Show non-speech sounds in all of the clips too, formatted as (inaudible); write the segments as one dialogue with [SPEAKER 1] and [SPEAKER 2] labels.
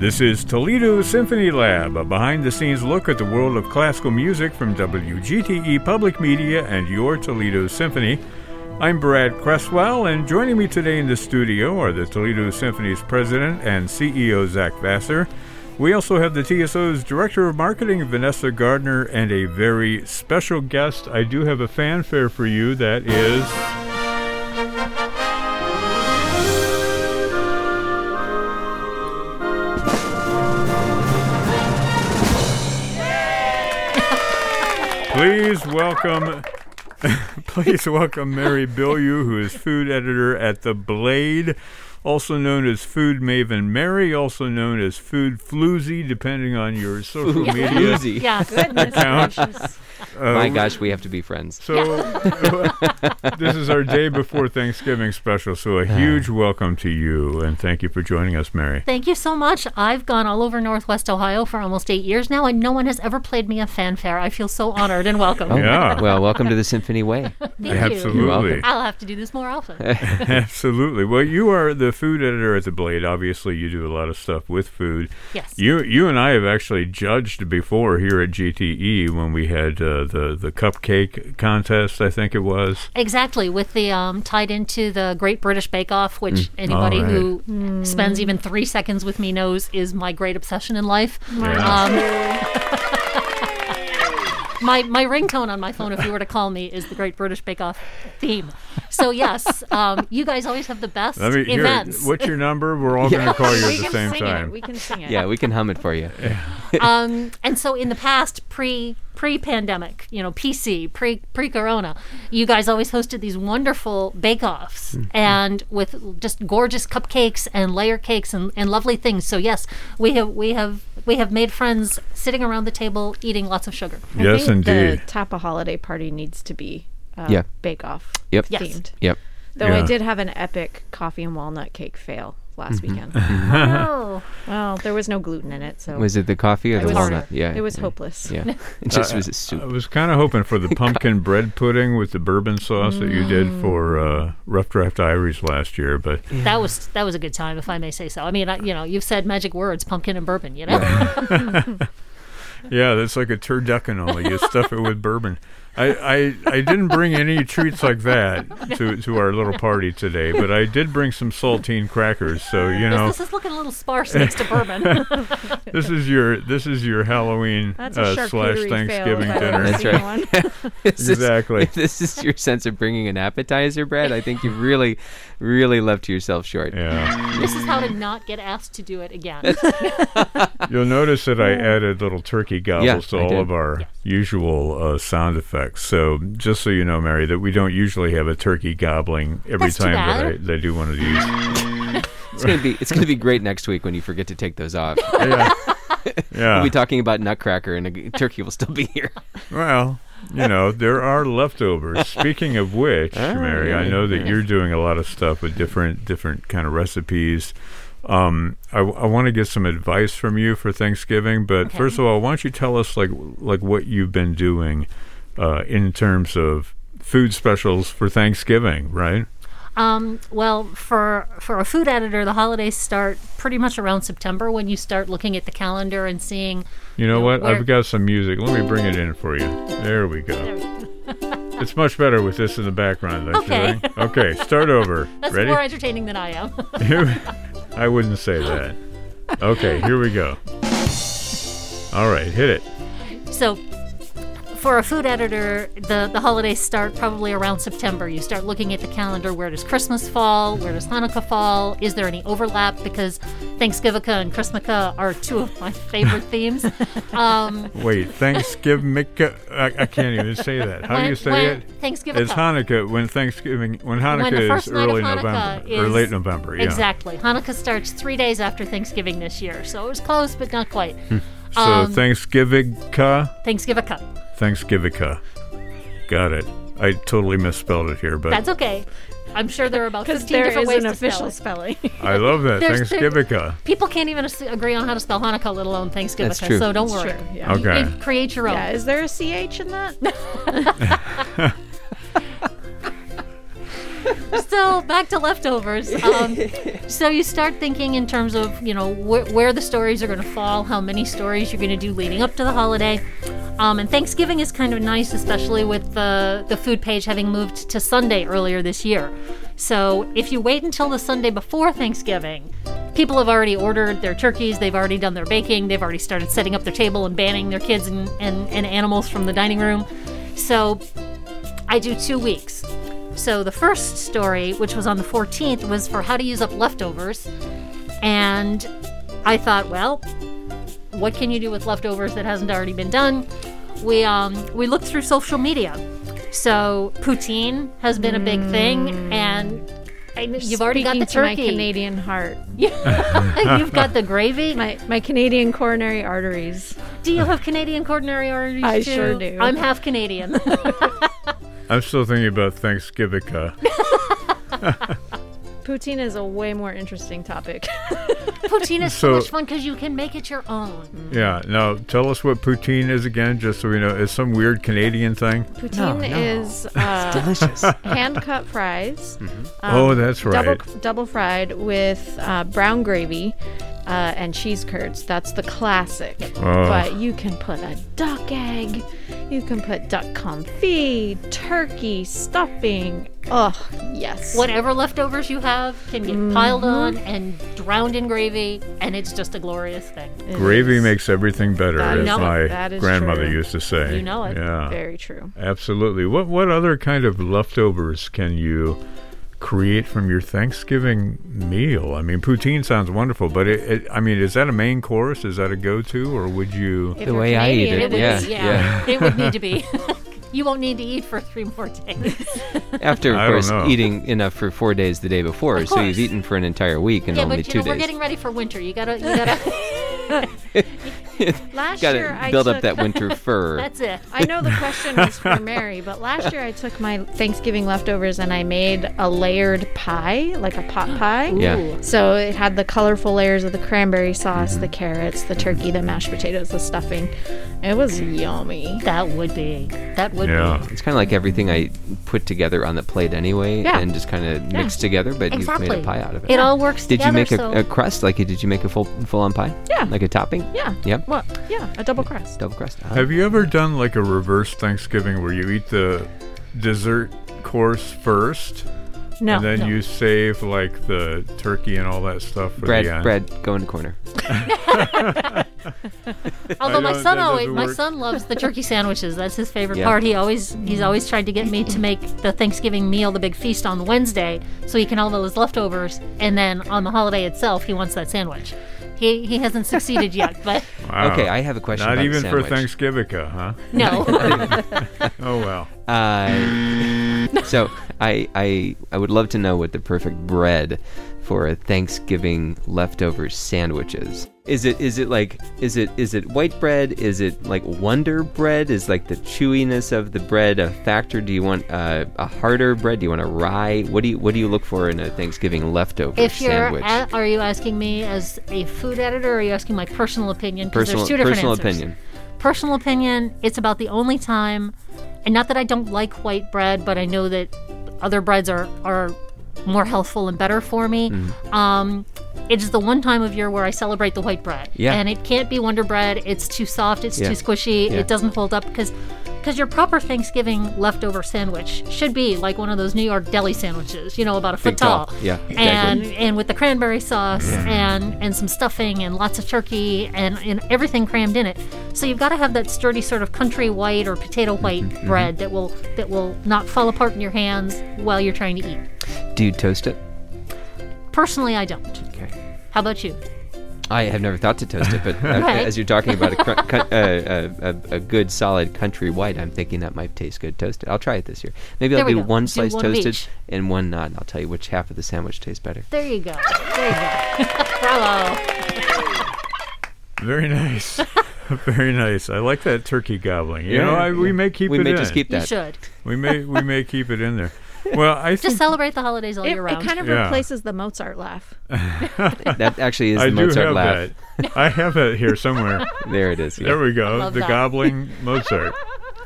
[SPEAKER 1] This is Toledo Symphony Lab, a behind the scenes look at the world of classical music from WGTE E Public Media and your Toledo Symphony. I'm Brad Cresswell, and joining me today in the studio are the Toledo Symphony's president and CEO, Zach Vassar. We also have the TSO's Director of Marketing, Vanessa Gardner, and a very special guest. I do have a fanfare for you that is. Please welcome, (laughs) please welcome Mary Billieu, who is food editor at The Blade, also known as Food Maven Mary, also known as Food Floozy, depending on your social
[SPEAKER 2] (laughs)
[SPEAKER 1] media. (laughs)
[SPEAKER 3] Floozy.
[SPEAKER 4] Yeah, goodness
[SPEAKER 1] Count.
[SPEAKER 4] gracious.
[SPEAKER 1] Uh,
[SPEAKER 3] My gosh, we have to be friends.
[SPEAKER 1] So (laughs) this is our day before Thanksgiving special. So a huge welcome to you, and thank you for joining us, Mary.
[SPEAKER 4] Thank you so much. I've gone all over Northwest Ohio for almost eight years now, and no one has ever played me a fanfare. I feel so honored and
[SPEAKER 1] (laughs)
[SPEAKER 4] welcome.
[SPEAKER 3] Oh,
[SPEAKER 1] Yeah.
[SPEAKER 3] Well, welcome to the Symphony
[SPEAKER 2] (laughs)
[SPEAKER 3] Way.
[SPEAKER 4] Thank you.
[SPEAKER 1] Absolutely.
[SPEAKER 3] welcome.
[SPEAKER 4] I'll have to do this
[SPEAKER 1] (laughs)
[SPEAKER 4] more often.
[SPEAKER 1] Absolutely. Well, you are the food editor at the Blade. Obviously, you do a lot of stuff with food.
[SPEAKER 4] Yes.
[SPEAKER 1] You you and I have actually judged before here at GTE when we had uh, the the cupcake contest. I think it was.
[SPEAKER 4] exactly, with the um, tied into the Great British Bake Off, which anybody
[SPEAKER 1] Mm. all
[SPEAKER 4] who spends even three seconds with me knows is my great obsession in life. Um, (laughs) my my ringtone on my phone, if you were to call me, is the Great British Bake Off theme. So yes, um, you guys always have the best
[SPEAKER 1] Let me hear it.
[SPEAKER 4] events.
[SPEAKER 1] What's your number? We're
[SPEAKER 2] (laughs)
[SPEAKER 1] all going to call you at the same time.
[SPEAKER 2] We can sing it.
[SPEAKER 3] Yeah, we can hum it for you.
[SPEAKER 4] um, and so in the past, pre pre pandemic, you know, PC pre pre Corona, you guys always hosted these wonderful bake offs and with just gorgeous cupcakes and layer cakes and, and lovely things. So yes, we have we have we have made friends sitting around the table eating lots of sugar.
[SPEAKER 2] I
[SPEAKER 1] yes,
[SPEAKER 2] think
[SPEAKER 1] indeed.
[SPEAKER 2] The Tapa holiday party needs to be uh,
[SPEAKER 3] Yeah.
[SPEAKER 2] Bake Off
[SPEAKER 3] Yep.
[SPEAKER 4] Yes.
[SPEAKER 2] themed.
[SPEAKER 3] Yep.
[SPEAKER 2] Though
[SPEAKER 1] Yeah.
[SPEAKER 2] I did have an epic coffee and walnut cake fail last
[SPEAKER 1] Mm-hmm.
[SPEAKER 2] weekend.
[SPEAKER 1] (laughs)
[SPEAKER 4] oh.
[SPEAKER 2] well, there was no gluten in it, so
[SPEAKER 3] Was it the coffee or
[SPEAKER 2] it
[SPEAKER 3] the
[SPEAKER 2] was
[SPEAKER 3] walnut? Yeah.
[SPEAKER 2] it was hopeless. (laughs)
[SPEAKER 3] Yeah. It just was a soup.
[SPEAKER 1] Uh, I was kind of hoping
[SPEAKER 3] (laughs)
[SPEAKER 1] for the pumpkin bread pudding with the bourbon sauce that you did
[SPEAKER 2] Mm.
[SPEAKER 1] for uh, Rough Draft Diaries last year,
[SPEAKER 2] (laughs)
[SPEAKER 1] but
[SPEAKER 4] That was that was a good time, if I may say so. I mean, I, you know, you've said magic words, pumpkin and bourbon. You know,
[SPEAKER 1] Yeah, that's like a turducken You stuff it with bourbon. I, I, I didn't bring any treats like
[SPEAKER 2] (laughs)
[SPEAKER 1] that to, to our little party today, but I did bring some saltine crackers. So you know,
[SPEAKER 4] this is looking a little sparse next to bourbon.
[SPEAKER 1] this is your this is your Halloween
[SPEAKER 2] That's a
[SPEAKER 1] uh,
[SPEAKER 2] charcuterie
[SPEAKER 1] slash
[SPEAKER 2] fail
[SPEAKER 1] Thanksgiving
[SPEAKER 2] if I've ever
[SPEAKER 1] dinner.
[SPEAKER 3] That's
[SPEAKER 2] seen
[SPEAKER 3] right. (laughs)
[SPEAKER 2] one.
[SPEAKER 3] This is-
[SPEAKER 1] Exactly.
[SPEAKER 3] if this is your sense of bringing an appetizer, Brad, I think you've really, really left yourself short.
[SPEAKER 1] Yeah,
[SPEAKER 4] this is how to not get asked to do it again.
[SPEAKER 1] you'll notice that I added little turkey gobbles to
[SPEAKER 3] I
[SPEAKER 1] all
[SPEAKER 3] did.
[SPEAKER 1] of our usual uh, sound effects. So just so you know, Mary, that we don't usually have a turkey gobbling every
[SPEAKER 4] That's too
[SPEAKER 1] time that I,
[SPEAKER 4] bad.
[SPEAKER 1] they do one of these.
[SPEAKER 3] It's gonna be it's gonna be great next week when you forget to take
[SPEAKER 1] (laughs)
[SPEAKER 3] those off. (laughs)
[SPEAKER 1] yeah, yeah.
[SPEAKER 3] We'll be talking about Nutcracker and a g- turkey will still be here.
[SPEAKER 1] Well, you know, there are
[SPEAKER 4] (laughs)
[SPEAKER 1] leftovers. Speaking of which,
[SPEAKER 4] Ah,
[SPEAKER 1] Mary, I know that you're doing a lot of stuff with different different kind of recipes. Um, I, want to get some advice from you for Thanksgiving, but first of all, why don't you tell us like like what you've been doing uh, in terms of food specials for Thanksgiving, right?
[SPEAKER 4] Um, well, for for a food editor, the holidays start pretty much around September when you start looking at the calendar and seeing.
[SPEAKER 1] You know
[SPEAKER 4] Yeah,
[SPEAKER 1] what?
[SPEAKER 4] we're-
[SPEAKER 1] I've got some music. Let me bring it in for you. There we go. it's much better with this in the background, don't you
[SPEAKER 4] Okay.
[SPEAKER 1] think? Okay, start over.
[SPEAKER 4] (laughs) That's
[SPEAKER 1] Ready?
[SPEAKER 4] more entertaining than I am. (laughs)
[SPEAKER 1] Here- I wouldn't say that. Okay, here we go. All right, hit it.
[SPEAKER 4] so for a food editor the, the holidays start probably around september you start looking at the calendar where does christmas fall where does hanukkah fall is there any overlap because thanksgivica and christmaka are two of my favorite themes
[SPEAKER 1] (laughs)
[SPEAKER 4] um,
[SPEAKER 1] Wait, Thanksgiving. I, I can't even say that. How do you say
[SPEAKER 4] when,
[SPEAKER 1] it?
[SPEAKER 4] thanksgivica
[SPEAKER 1] It's Hanukkah when Thanksgiving when Hanukkah
[SPEAKER 4] the
[SPEAKER 1] is
[SPEAKER 4] first night of
[SPEAKER 1] early
[SPEAKER 4] Hanukkah
[SPEAKER 1] November or
[SPEAKER 4] is-
[SPEAKER 1] late November. Yeah.
[SPEAKER 4] exactly hanukkah starts three days after thanksgiving this year so it was close but not quite
[SPEAKER 1] Hmm.
[SPEAKER 4] Um,
[SPEAKER 1] So Thanksgivinka,
[SPEAKER 4] thanksgivica
[SPEAKER 1] Thanksgivica. Got it. I totally misspelled it here, but
[SPEAKER 4] that's okay i'm sure there are about 15
[SPEAKER 2] Because there
[SPEAKER 4] different
[SPEAKER 2] is
[SPEAKER 4] ways
[SPEAKER 2] an
[SPEAKER 4] to spell
[SPEAKER 2] official
[SPEAKER 4] it. (laughs)
[SPEAKER 2] spelling.
[SPEAKER 1] I love that
[SPEAKER 4] There's- there-
[SPEAKER 1] Thanksgivica.
[SPEAKER 4] people can't even as- agree on how to spell hanukkah let alone thanksgiving
[SPEAKER 3] That's true.
[SPEAKER 4] so don't worry
[SPEAKER 2] Sure, yeah.
[SPEAKER 1] Okay.
[SPEAKER 4] And create your own.
[SPEAKER 2] yeah. Is there a (laughs) CH in that?
[SPEAKER 4] So so back to leftovers. Um, so you start thinking in terms of you know wh- where the stories are going to fall, how many stories you're going to do leading up to the holiday. Um, and Thanksgiving is kind of nice, especially with the the food page having moved to Sunday earlier this year. So if you wait until the Sunday before Thanksgiving, people have already ordered their turkeys, they've already done their baking, they've already started setting up their table and banning their kids and, and, and animals from the dining room. So I do two weeks. So the first story, which was on the 14th, was for how to use up leftovers. And I thought, well, what can you do with leftovers that hasn't already been done? We um, we looked through social media. So poutine has been a big
[SPEAKER 2] Mm.
[SPEAKER 4] thing, and (laughs) I, kn- you've already got the
[SPEAKER 2] Speaking to my
[SPEAKER 4] turkey.
[SPEAKER 2] Canadian
[SPEAKER 4] (laughs)
[SPEAKER 2] heart,
[SPEAKER 4] you've got the gravy.
[SPEAKER 2] my my Canadian coronary arteries.
[SPEAKER 4] do you have Canadian coronary arteries
[SPEAKER 2] I
[SPEAKER 4] too?
[SPEAKER 2] sure do.
[SPEAKER 4] I'm half
[SPEAKER 2] (laughs)
[SPEAKER 4] Canadian.
[SPEAKER 1] I'm still thinking about Thanksgiving. uh,
[SPEAKER 2] Poutine is a way more interesting topic. (laughs)
[SPEAKER 4] poutine is so,
[SPEAKER 1] So-
[SPEAKER 4] much fun because you can make it your own.
[SPEAKER 1] Yeah. Now, tell us what poutine is again, just so we know. It's some weird Canadian thing.
[SPEAKER 2] Poutine
[SPEAKER 3] no.
[SPEAKER 2] is uh,
[SPEAKER 3] Delicious.
[SPEAKER 2] hand cut fries. um,
[SPEAKER 1] oh, that's right.
[SPEAKER 2] double double fried with uh, brown gravy uh, and cheese curds. That's the classic.
[SPEAKER 1] Oh.
[SPEAKER 2] But you can put a duck egg, you can put duck confit, turkey stuffing. Oh yes.
[SPEAKER 4] Whatever leftovers you have can get piled
[SPEAKER 3] Mm-hmm.
[SPEAKER 4] on and drowned in gravy, and it's just a glorious thing.
[SPEAKER 2] It
[SPEAKER 1] Gravy
[SPEAKER 2] is
[SPEAKER 1] makes everything better,
[SPEAKER 2] That
[SPEAKER 1] as
[SPEAKER 4] is-
[SPEAKER 1] my
[SPEAKER 2] that is
[SPEAKER 1] grandmother
[SPEAKER 2] true.
[SPEAKER 1] used to say.
[SPEAKER 4] You know it.
[SPEAKER 1] Yeah.
[SPEAKER 2] very true.
[SPEAKER 1] Absolutely. What what other kind of leftovers can you create from your Thanksgiving meal? I mean, poutine sounds wonderful, but it, it I mean, is that a main course? Is that a go-to, or would you?
[SPEAKER 2] If
[SPEAKER 3] The
[SPEAKER 2] you're
[SPEAKER 3] way I eat
[SPEAKER 2] Canadian,
[SPEAKER 3] it,
[SPEAKER 4] It would
[SPEAKER 3] yeah.
[SPEAKER 4] be, yeah. It would need to be.
[SPEAKER 3] (laughs)
[SPEAKER 4] (laughs) you won't need to eat for three more days.
[SPEAKER 3] After,
[SPEAKER 1] I don't
[SPEAKER 3] of course,
[SPEAKER 1] know.
[SPEAKER 3] eating enough for four days the day before,
[SPEAKER 4] Of
[SPEAKER 3] so you've
[SPEAKER 4] course.
[SPEAKER 3] eaten for an entire week and
[SPEAKER 4] yeah,
[SPEAKER 3] only
[SPEAKER 4] but you
[SPEAKER 3] two
[SPEAKER 4] know, we're
[SPEAKER 3] days.
[SPEAKER 4] getting ready for winter. You gotta, you gotta.
[SPEAKER 3] (laughs)
[SPEAKER 2] Last
[SPEAKER 3] Gotta
[SPEAKER 2] year I
[SPEAKER 3] build up
[SPEAKER 2] took- (laughs)
[SPEAKER 3] that winter fur.
[SPEAKER 4] (laughs) that's it.
[SPEAKER 2] I know the question was
[SPEAKER 3] (laughs)
[SPEAKER 2] for Mary, but last year I took my Thanksgiving leftovers and I made a layered pie, like a pot pie.
[SPEAKER 3] Yeah.
[SPEAKER 2] So it had the colorful layers of the cranberry sauce, the carrots, the turkey, the mashed potatoes, the stuffing. It was yummy.
[SPEAKER 4] That would be. That would
[SPEAKER 1] Yeah.
[SPEAKER 3] It's kind of like everything I put together on the plate anyway,
[SPEAKER 2] Yeah.
[SPEAKER 3] and just kind of mixed together. But
[SPEAKER 4] be. Exactly.
[SPEAKER 3] you've made a pie out of it.
[SPEAKER 4] It all works
[SPEAKER 3] did you
[SPEAKER 4] together.
[SPEAKER 3] make a,
[SPEAKER 4] so
[SPEAKER 3] a crust? Like, did you make a full full on pie?
[SPEAKER 2] Yeah.
[SPEAKER 3] Like a topping?
[SPEAKER 2] Yeah.
[SPEAKER 3] Yep.
[SPEAKER 2] Well, yeah, a double crust.
[SPEAKER 3] Double crust. Ah.
[SPEAKER 1] Have you ever done like a reverse Thanksgiving where you eat the dessert course first,
[SPEAKER 2] No.
[SPEAKER 1] and then
[SPEAKER 4] no.
[SPEAKER 1] you save like the turkey and all that stuff for
[SPEAKER 3] bread,
[SPEAKER 1] the end?
[SPEAKER 3] bread, go in the corner.
[SPEAKER 4] Although my
[SPEAKER 1] don't-
[SPEAKER 4] son
[SPEAKER 1] that
[SPEAKER 4] always,
[SPEAKER 1] doesn't
[SPEAKER 4] my
[SPEAKER 1] work.
[SPEAKER 4] son loves the turkey sandwiches. That's his favorite
[SPEAKER 3] Yeah.
[SPEAKER 4] part. He always, he's always tried to get me to make the Thanksgiving meal, the big feast on Wednesday, so he can have all his leftovers, and then on the holiday itself, he wants that sandwich. He he hasn't
[SPEAKER 3] (laughs)
[SPEAKER 4] succeeded yet, but
[SPEAKER 1] Wow.
[SPEAKER 3] Okay, I have a question.
[SPEAKER 1] Not
[SPEAKER 3] about the
[SPEAKER 1] even for
[SPEAKER 3] sandwich.
[SPEAKER 1] Thanksgiving, huh?
[SPEAKER 3] (laughs)
[SPEAKER 4] no.
[SPEAKER 1] Oh well.
[SPEAKER 3] Uh, (laughs) so I, I I would love to know what the perfect bread for a Thanksgiving leftover sandwich is. Is it is it like is it is it white bread? Is it like Wonder bread? Is like the chewiness of the bread a factor? Do you want uh, a harder bread? Do you want a rye? What do you what do you look for in a Thanksgiving leftover
[SPEAKER 4] If you're,
[SPEAKER 3] sandwich?
[SPEAKER 4] a- are you asking me as a food editor, or are you asking my personal opinion? 'Cause
[SPEAKER 3] personal
[SPEAKER 4] there's two different
[SPEAKER 3] personal
[SPEAKER 4] answers.
[SPEAKER 3] opinion.
[SPEAKER 4] Personal opinion. It's about the only time, and not that I don't like white bread, but I know that other breads are are more healthful and better for me.
[SPEAKER 3] Mm-hmm.
[SPEAKER 4] Um, it's the one time of year where I celebrate the white bread,
[SPEAKER 3] Yeah.
[SPEAKER 4] and it can't be Wonder Bread. It's too soft. It's
[SPEAKER 3] Yeah.
[SPEAKER 4] too squishy.
[SPEAKER 3] Yeah.
[SPEAKER 4] It doesn't hold up because. Because your proper Thanksgiving leftover sandwich should be like one of those New York deli sandwiches, you know, about a foot
[SPEAKER 3] Big tall.
[SPEAKER 4] tall.
[SPEAKER 3] Yeah, exactly.
[SPEAKER 4] And and with the cranberry sauce and and some stuffing and lots of turkey and, and everything crammed in it. So you've got to have that sturdy sort of country white or potato
[SPEAKER 3] Mm-hmm,
[SPEAKER 4] white bread that will that will not fall apart in your hands while you're trying to eat.
[SPEAKER 3] Do you toast it?
[SPEAKER 4] Personally, I don't.
[SPEAKER 3] Okay.
[SPEAKER 4] How about you?
[SPEAKER 3] I have never thought to toast it, but uh,
[SPEAKER 4] Right.
[SPEAKER 3] as you're talking about a,
[SPEAKER 4] (laughs)
[SPEAKER 3] cr- cut- uh, uh, a, a good solid country white, I'm thinking that might taste good toasted. I'll try it this year. Maybe I'll
[SPEAKER 4] There we
[SPEAKER 3] do
[SPEAKER 4] go.
[SPEAKER 3] one
[SPEAKER 4] Do
[SPEAKER 3] slice
[SPEAKER 4] one of
[SPEAKER 3] toasted
[SPEAKER 4] each.
[SPEAKER 3] and one not, and I'll tell you which half of the sandwich tastes better.
[SPEAKER 4] There you go. There you go. (laughs) Bravo.
[SPEAKER 1] Very
[SPEAKER 3] (laughs)
[SPEAKER 1] nice. Very nice. I like that turkey gobbling. You know, I, we may keep
[SPEAKER 3] we
[SPEAKER 1] it
[SPEAKER 3] may
[SPEAKER 1] in.
[SPEAKER 3] just keep
[SPEAKER 4] You
[SPEAKER 3] that.
[SPEAKER 4] should
[SPEAKER 1] We may we may keep it
[SPEAKER 3] (laughs)
[SPEAKER 1] in there. Well, I
[SPEAKER 4] just
[SPEAKER 1] think
[SPEAKER 4] celebrate the holidays all
[SPEAKER 2] It,
[SPEAKER 4] year round.
[SPEAKER 2] it kind of
[SPEAKER 1] Yeah.
[SPEAKER 2] replaces the Mozart laugh.
[SPEAKER 3] That actually
[SPEAKER 1] (laughs)
[SPEAKER 3] is
[SPEAKER 1] I
[SPEAKER 3] the
[SPEAKER 1] do
[SPEAKER 3] Mozart
[SPEAKER 1] have
[SPEAKER 3] laugh.
[SPEAKER 1] (laughs) that. I have it here somewhere.
[SPEAKER 3] (laughs) There it is. yeah.
[SPEAKER 1] There we go.
[SPEAKER 4] love
[SPEAKER 1] The
[SPEAKER 4] (laughs) that.
[SPEAKER 1] gobbling Mozart.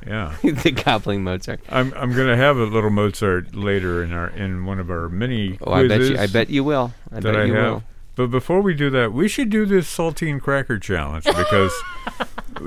[SPEAKER 1] Yeah.
[SPEAKER 3] (laughs) the gobbling Mozart.
[SPEAKER 1] I'm I'm gonna have a little Mozart later in our in one of our mini
[SPEAKER 3] Oh, I bet
[SPEAKER 1] quizzes
[SPEAKER 3] you. I bet you will. I
[SPEAKER 1] that
[SPEAKER 3] bet
[SPEAKER 1] I
[SPEAKER 3] you
[SPEAKER 1] have.
[SPEAKER 3] will.
[SPEAKER 1] But before we do that, we should do this saltine cracker challenge
[SPEAKER 3] (laughs)
[SPEAKER 1] because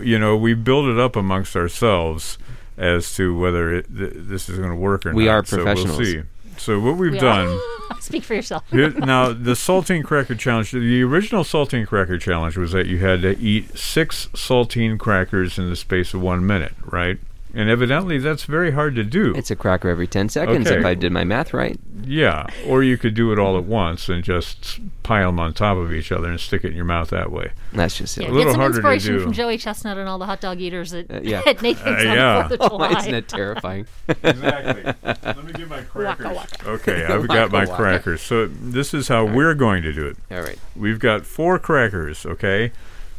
[SPEAKER 1] you know we build it up amongst ourselves as to whether it, th- this is going to work or
[SPEAKER 3] We
[SPEAKER 1] not.
[SPEAKER 3] are
[SPEAKER 1] So we'll
[SPEAKER 3] professionals.
[SPEAKER 1] see. So what we've
[SPEAKER 4] We are. (laughs)
[SPEAKER 1] done.
[SPEAKER 4] Speak for yourself.
[SPEAKER 1] Here- now the saltine cracker challenge the original saltine cracker challenge was that you had to eat six saltine crackers in the space of one minute right and evidently that's very hard to do
[SPEAKER 3] It's a cracker every ten seconds
[SPEAKER 1] Okay.
[SPEAKER 3] if I did my math right.
[SPEAKER 1] yeah or you could do it all at once and just pile them on top of each other and stick it in your mouth that way
[SPEAKER 3] That's just
[SPEAKER 4] Yeah,
[SPEAKER 3] silly.
[SPEAKER 1] little
[SPEAKER 4] get some
[SPEAKER 1] harder to
[SPEAKER 4] inspiration
[SPEAKER 1] do.
[SPEAKER 4] from Joey Chestnut and all the hot dog eaters at,
[SPEAKER 3] Uh,
[SPEAKER 4] (laughs)
[SPEAKER 3] yeah.
[SPEAKER 4] at Nathan's on the
[SPEAKER 1] yeah.
[SPEAKER 4] 4th of
[SPEAKER 3] (laughs) Oh,
[SPEAKER 4] July.
[SPEAKER 3] isn't it
[SPEAKER 4] (laughs)
[SPEAKER 3] terrifying?
[SPEAKER 1] exactly (laughs) let me get my crackers
[SPEAKER 4] waka.
[SPEAKER 1] okay i've got my
[SPEAKER 3] Waka waka.
[SPEAKER 1] crackers so this is how we're going to do it
[SPEAKER 3] All right.
[SPEAKER 1] We've got four crackers, okay?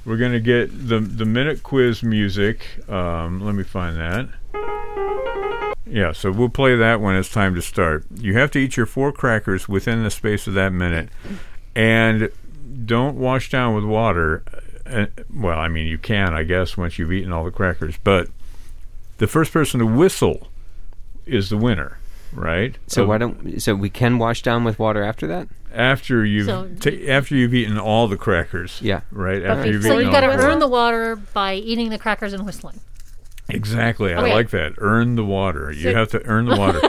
[SPEAKER 1] We're going to get the, the minute quiz music. Um, let me find that. Yeah, so we'll play that when it's time to start. You have to eat your four crackers within the space of that minute. And don't wash down with water. Uh, well, I mean, you can, I guess, once you've eaten all the crackers. But the first person to whistle is the winner, right?
[SPEAKER 3] So
[SPEAKER 1] Of-
[SPEAKER 3] why don't? So we can wash down with water after that.
[SPEAKER 1] after you've
[SPEAKER 4] So-
[SPEAKER 1] ta- after you've eaten all the crackers.
[SPEAKER 3] Yeah.
[SPEAKER 1] Right.
[SPEAKER 4] Okay,
[SPEAKER 1] After you've
[SPEAKER 4] so
[SPEAKER 1] eaten
[SPEAKER 4] you've
[SPEAKER 1] all
[SPEAKER 4] got to
[SPEAKER 1] the
[SPEAKER 4] earn
[SPEAKER 1] crackers.
[SPEAKER 4] the water by eating the crackers and whistling.
[SPEAKER 1] Exactly. I
[SPEAKER 4] Okay.
[SPEAKER 1] like that. Earn the water. You
[SPEAKER 2] So-
[SPEAKER 1] have to earn the
[SPEAKER 4] (laughs)
[SPEAKER 1] water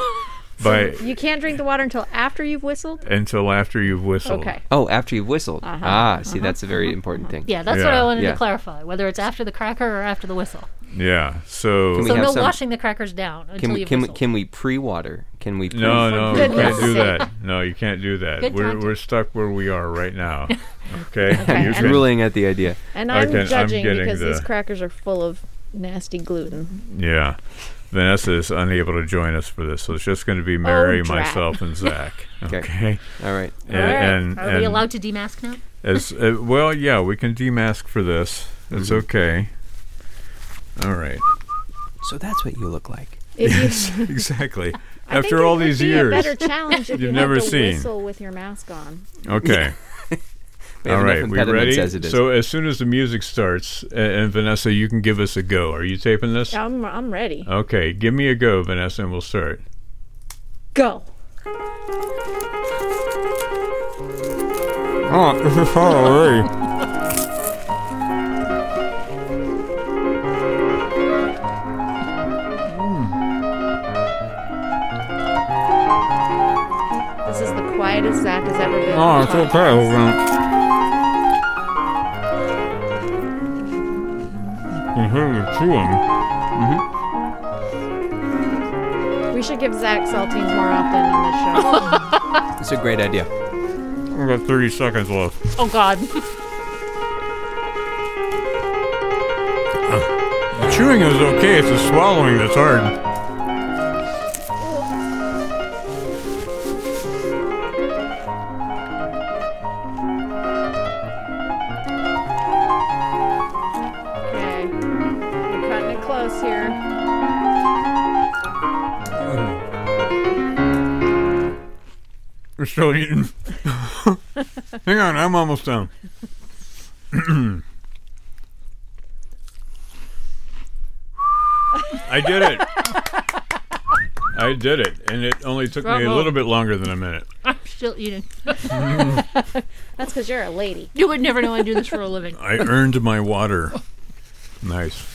[SPEAKER 1] by
[SPEAKER 2] You can't drink the water until after you've whistled?
[SPEAKER 1] until after you've whistled.
[SPEAKER 2] Okay.
[SPEAKER 3] Oh, after you've whistled.
[SPEAKER 2] Uh-huh,
[SPEAKER 3] Ah, see, that's a very important thing.
[SPEAKER 4] Yeah, that's what
[SPEAKER 1] Yeah.
[SPEAKER 4] I wanted
[SPEAKER 3] Yeah.
[SPEAKER 4] to clarify. Whether it's after the cracker or after the whistle.
[SPEAKER 1] Yeah. So
[SPEAKER 3] Can We
[SPEAKER 4] So
[SPEAKER 3] have
[SPEAKER 4] no
[SPEAKER 3] some-
[SPEAKER 4] washing the crackers down until
[SPEAKER 3] Can we
[SPEAKER 4] you
[SPEAKER 3] can we,
[SPEAKER 4] whistle.
[SPEAKER 3] can we pre-water? Can we? Pre-
[SPEAKER 1] no, no, you
[SPEAKER 2] goodness
[SPEAKER 1] can't do
[SPEAKER 2] sake.
[SPEAKER 1] that. No, you can't do that.
[SPEAKER 4] Good
[SPEAKER 1] we're
[SPEAKER 4] content.
[SPEAKER 1] we're stuck where we are right
[SPEAKER 4] (laughs)
[SPEAKER 1] now. Okay.
[SPEAKER 2] Okay,
[SPEAKER 1] You
[SPEAKER 2] and-
[SPEAKER 3] I'm ruling at the idea.
[SPEAKER 2] And
[SPEAKER 1] I
[SPEAKER 2] I'm
[SPEAKER 1] can- I'm
[SPEAKER 2] judging
[SPEAKER 1] getting
[SPEAKER 2] because these
[SPEAKER 1] the-
[SPEAKER 2] crackers are full of
[SPEAKER 1] (laughs)
[SPEAKER 2] nasty gluten.
[SPEAKER 1] yeah. Vanessa is unable to join us for this, so it's just going
[SPEAKER 4] Oh,
[SPEAKER 1] to be Mary,
[SPEAKER 2] drat.
[SPEAKER 1] myself, and Zach.
[SPEAKER 3] (laughs) Okay.
[SPEAKER 1] Okay.
[SPEAKER 3] All right.
[SPEAKER 1] And,
[SPEAKER 4] All right.
[SPEAKER 1] and,
[SPEAKER 4] Are
[SPEAKER 1] and
[SPEAKER 4] we allowed to demask now?
[SPEAKER 1] As uh, well, yeah, we can demask for this. It's okay. All right.
[SPEAKER 3] So that's what you look like.
[SPEAKER 2] If you-
[SPEAKER 1] exactly.
[SPEAKER 2] I think
[SPEAKER 1] After
[SPEAKER 2] it
[SPEAKER 1] all
[SPEAKER 2] would
[SPEAKER 1] these
[SPEAKER 2] be A better
[SPEAKER 1] years.
[SPEAKER 2] challenge if you
[SPEAKER 1] You've never
[SPEAKER 2] had to
[SPEAKER 1] seen.
[SPEAKER 2] whistle with your mask on.
[SPEAKER 1] (laughs) Okay.
[SPEAKER 3] We have
[SPEAKER 1] all right.
[SPEAKER 3] enough
[SPEAKER 1] We
[SPEAKER 3] impediments
[SPEAKER 1] ready?
[SPEAKER 3] As it is.
[SPEAKER 1] So as soon as the music starts, a- and Vanessa, you can give us a go. Are you taping this?
[SPEAKER 2] I'm I'm ready.
[SPEAKER 1] Okay. Give me a go, Vanessa, and we'll start.
[SPEAKER 2] Go.
[SPEAKER 3] oh, (laughs) this is far away.
[SPEAKER 2] This is the quietest Zach has ever been.
[SPEAKER 3] Oh, it's okay. We're gonna.
[SPEAKER 1] You hear
[SPEAKER 3] Mm-hmm,
[SPEAKER 1] me chewing.
[SPEAKER 2] We should give Zach saltines more often on (laughs) this show.
[SPEAKER 3] It's a great idea.
[SPEAKER 1] I've got 30 seconds left.
[SPEAKER 4] Oh God. (laughs)
[SPEAKER 1] The chewing is okay. It's the swallowing that's hard.
[SPEAKER 2] okay. We're cutting it close here.
[SPEAKER 1] We're still
[SPEAKER 2] (laughs)
[SPEAKER 1] eating. Hang on. I'm almost done. I did it. I did it, and it only took me a
[SPEAKER 4] Bravo.
[SPEAKER 1] little bit longer than a minute.
[SPEAKER 4] I'm still eating.
[SPEAKER 2] That's because you're a lady.
[SPEAKER 4] You would never know I do this for a
[SPEAKER 1] (laughs)
[SPEAKER 4] living.
[SPEAKER 1] I earned my water. Nice.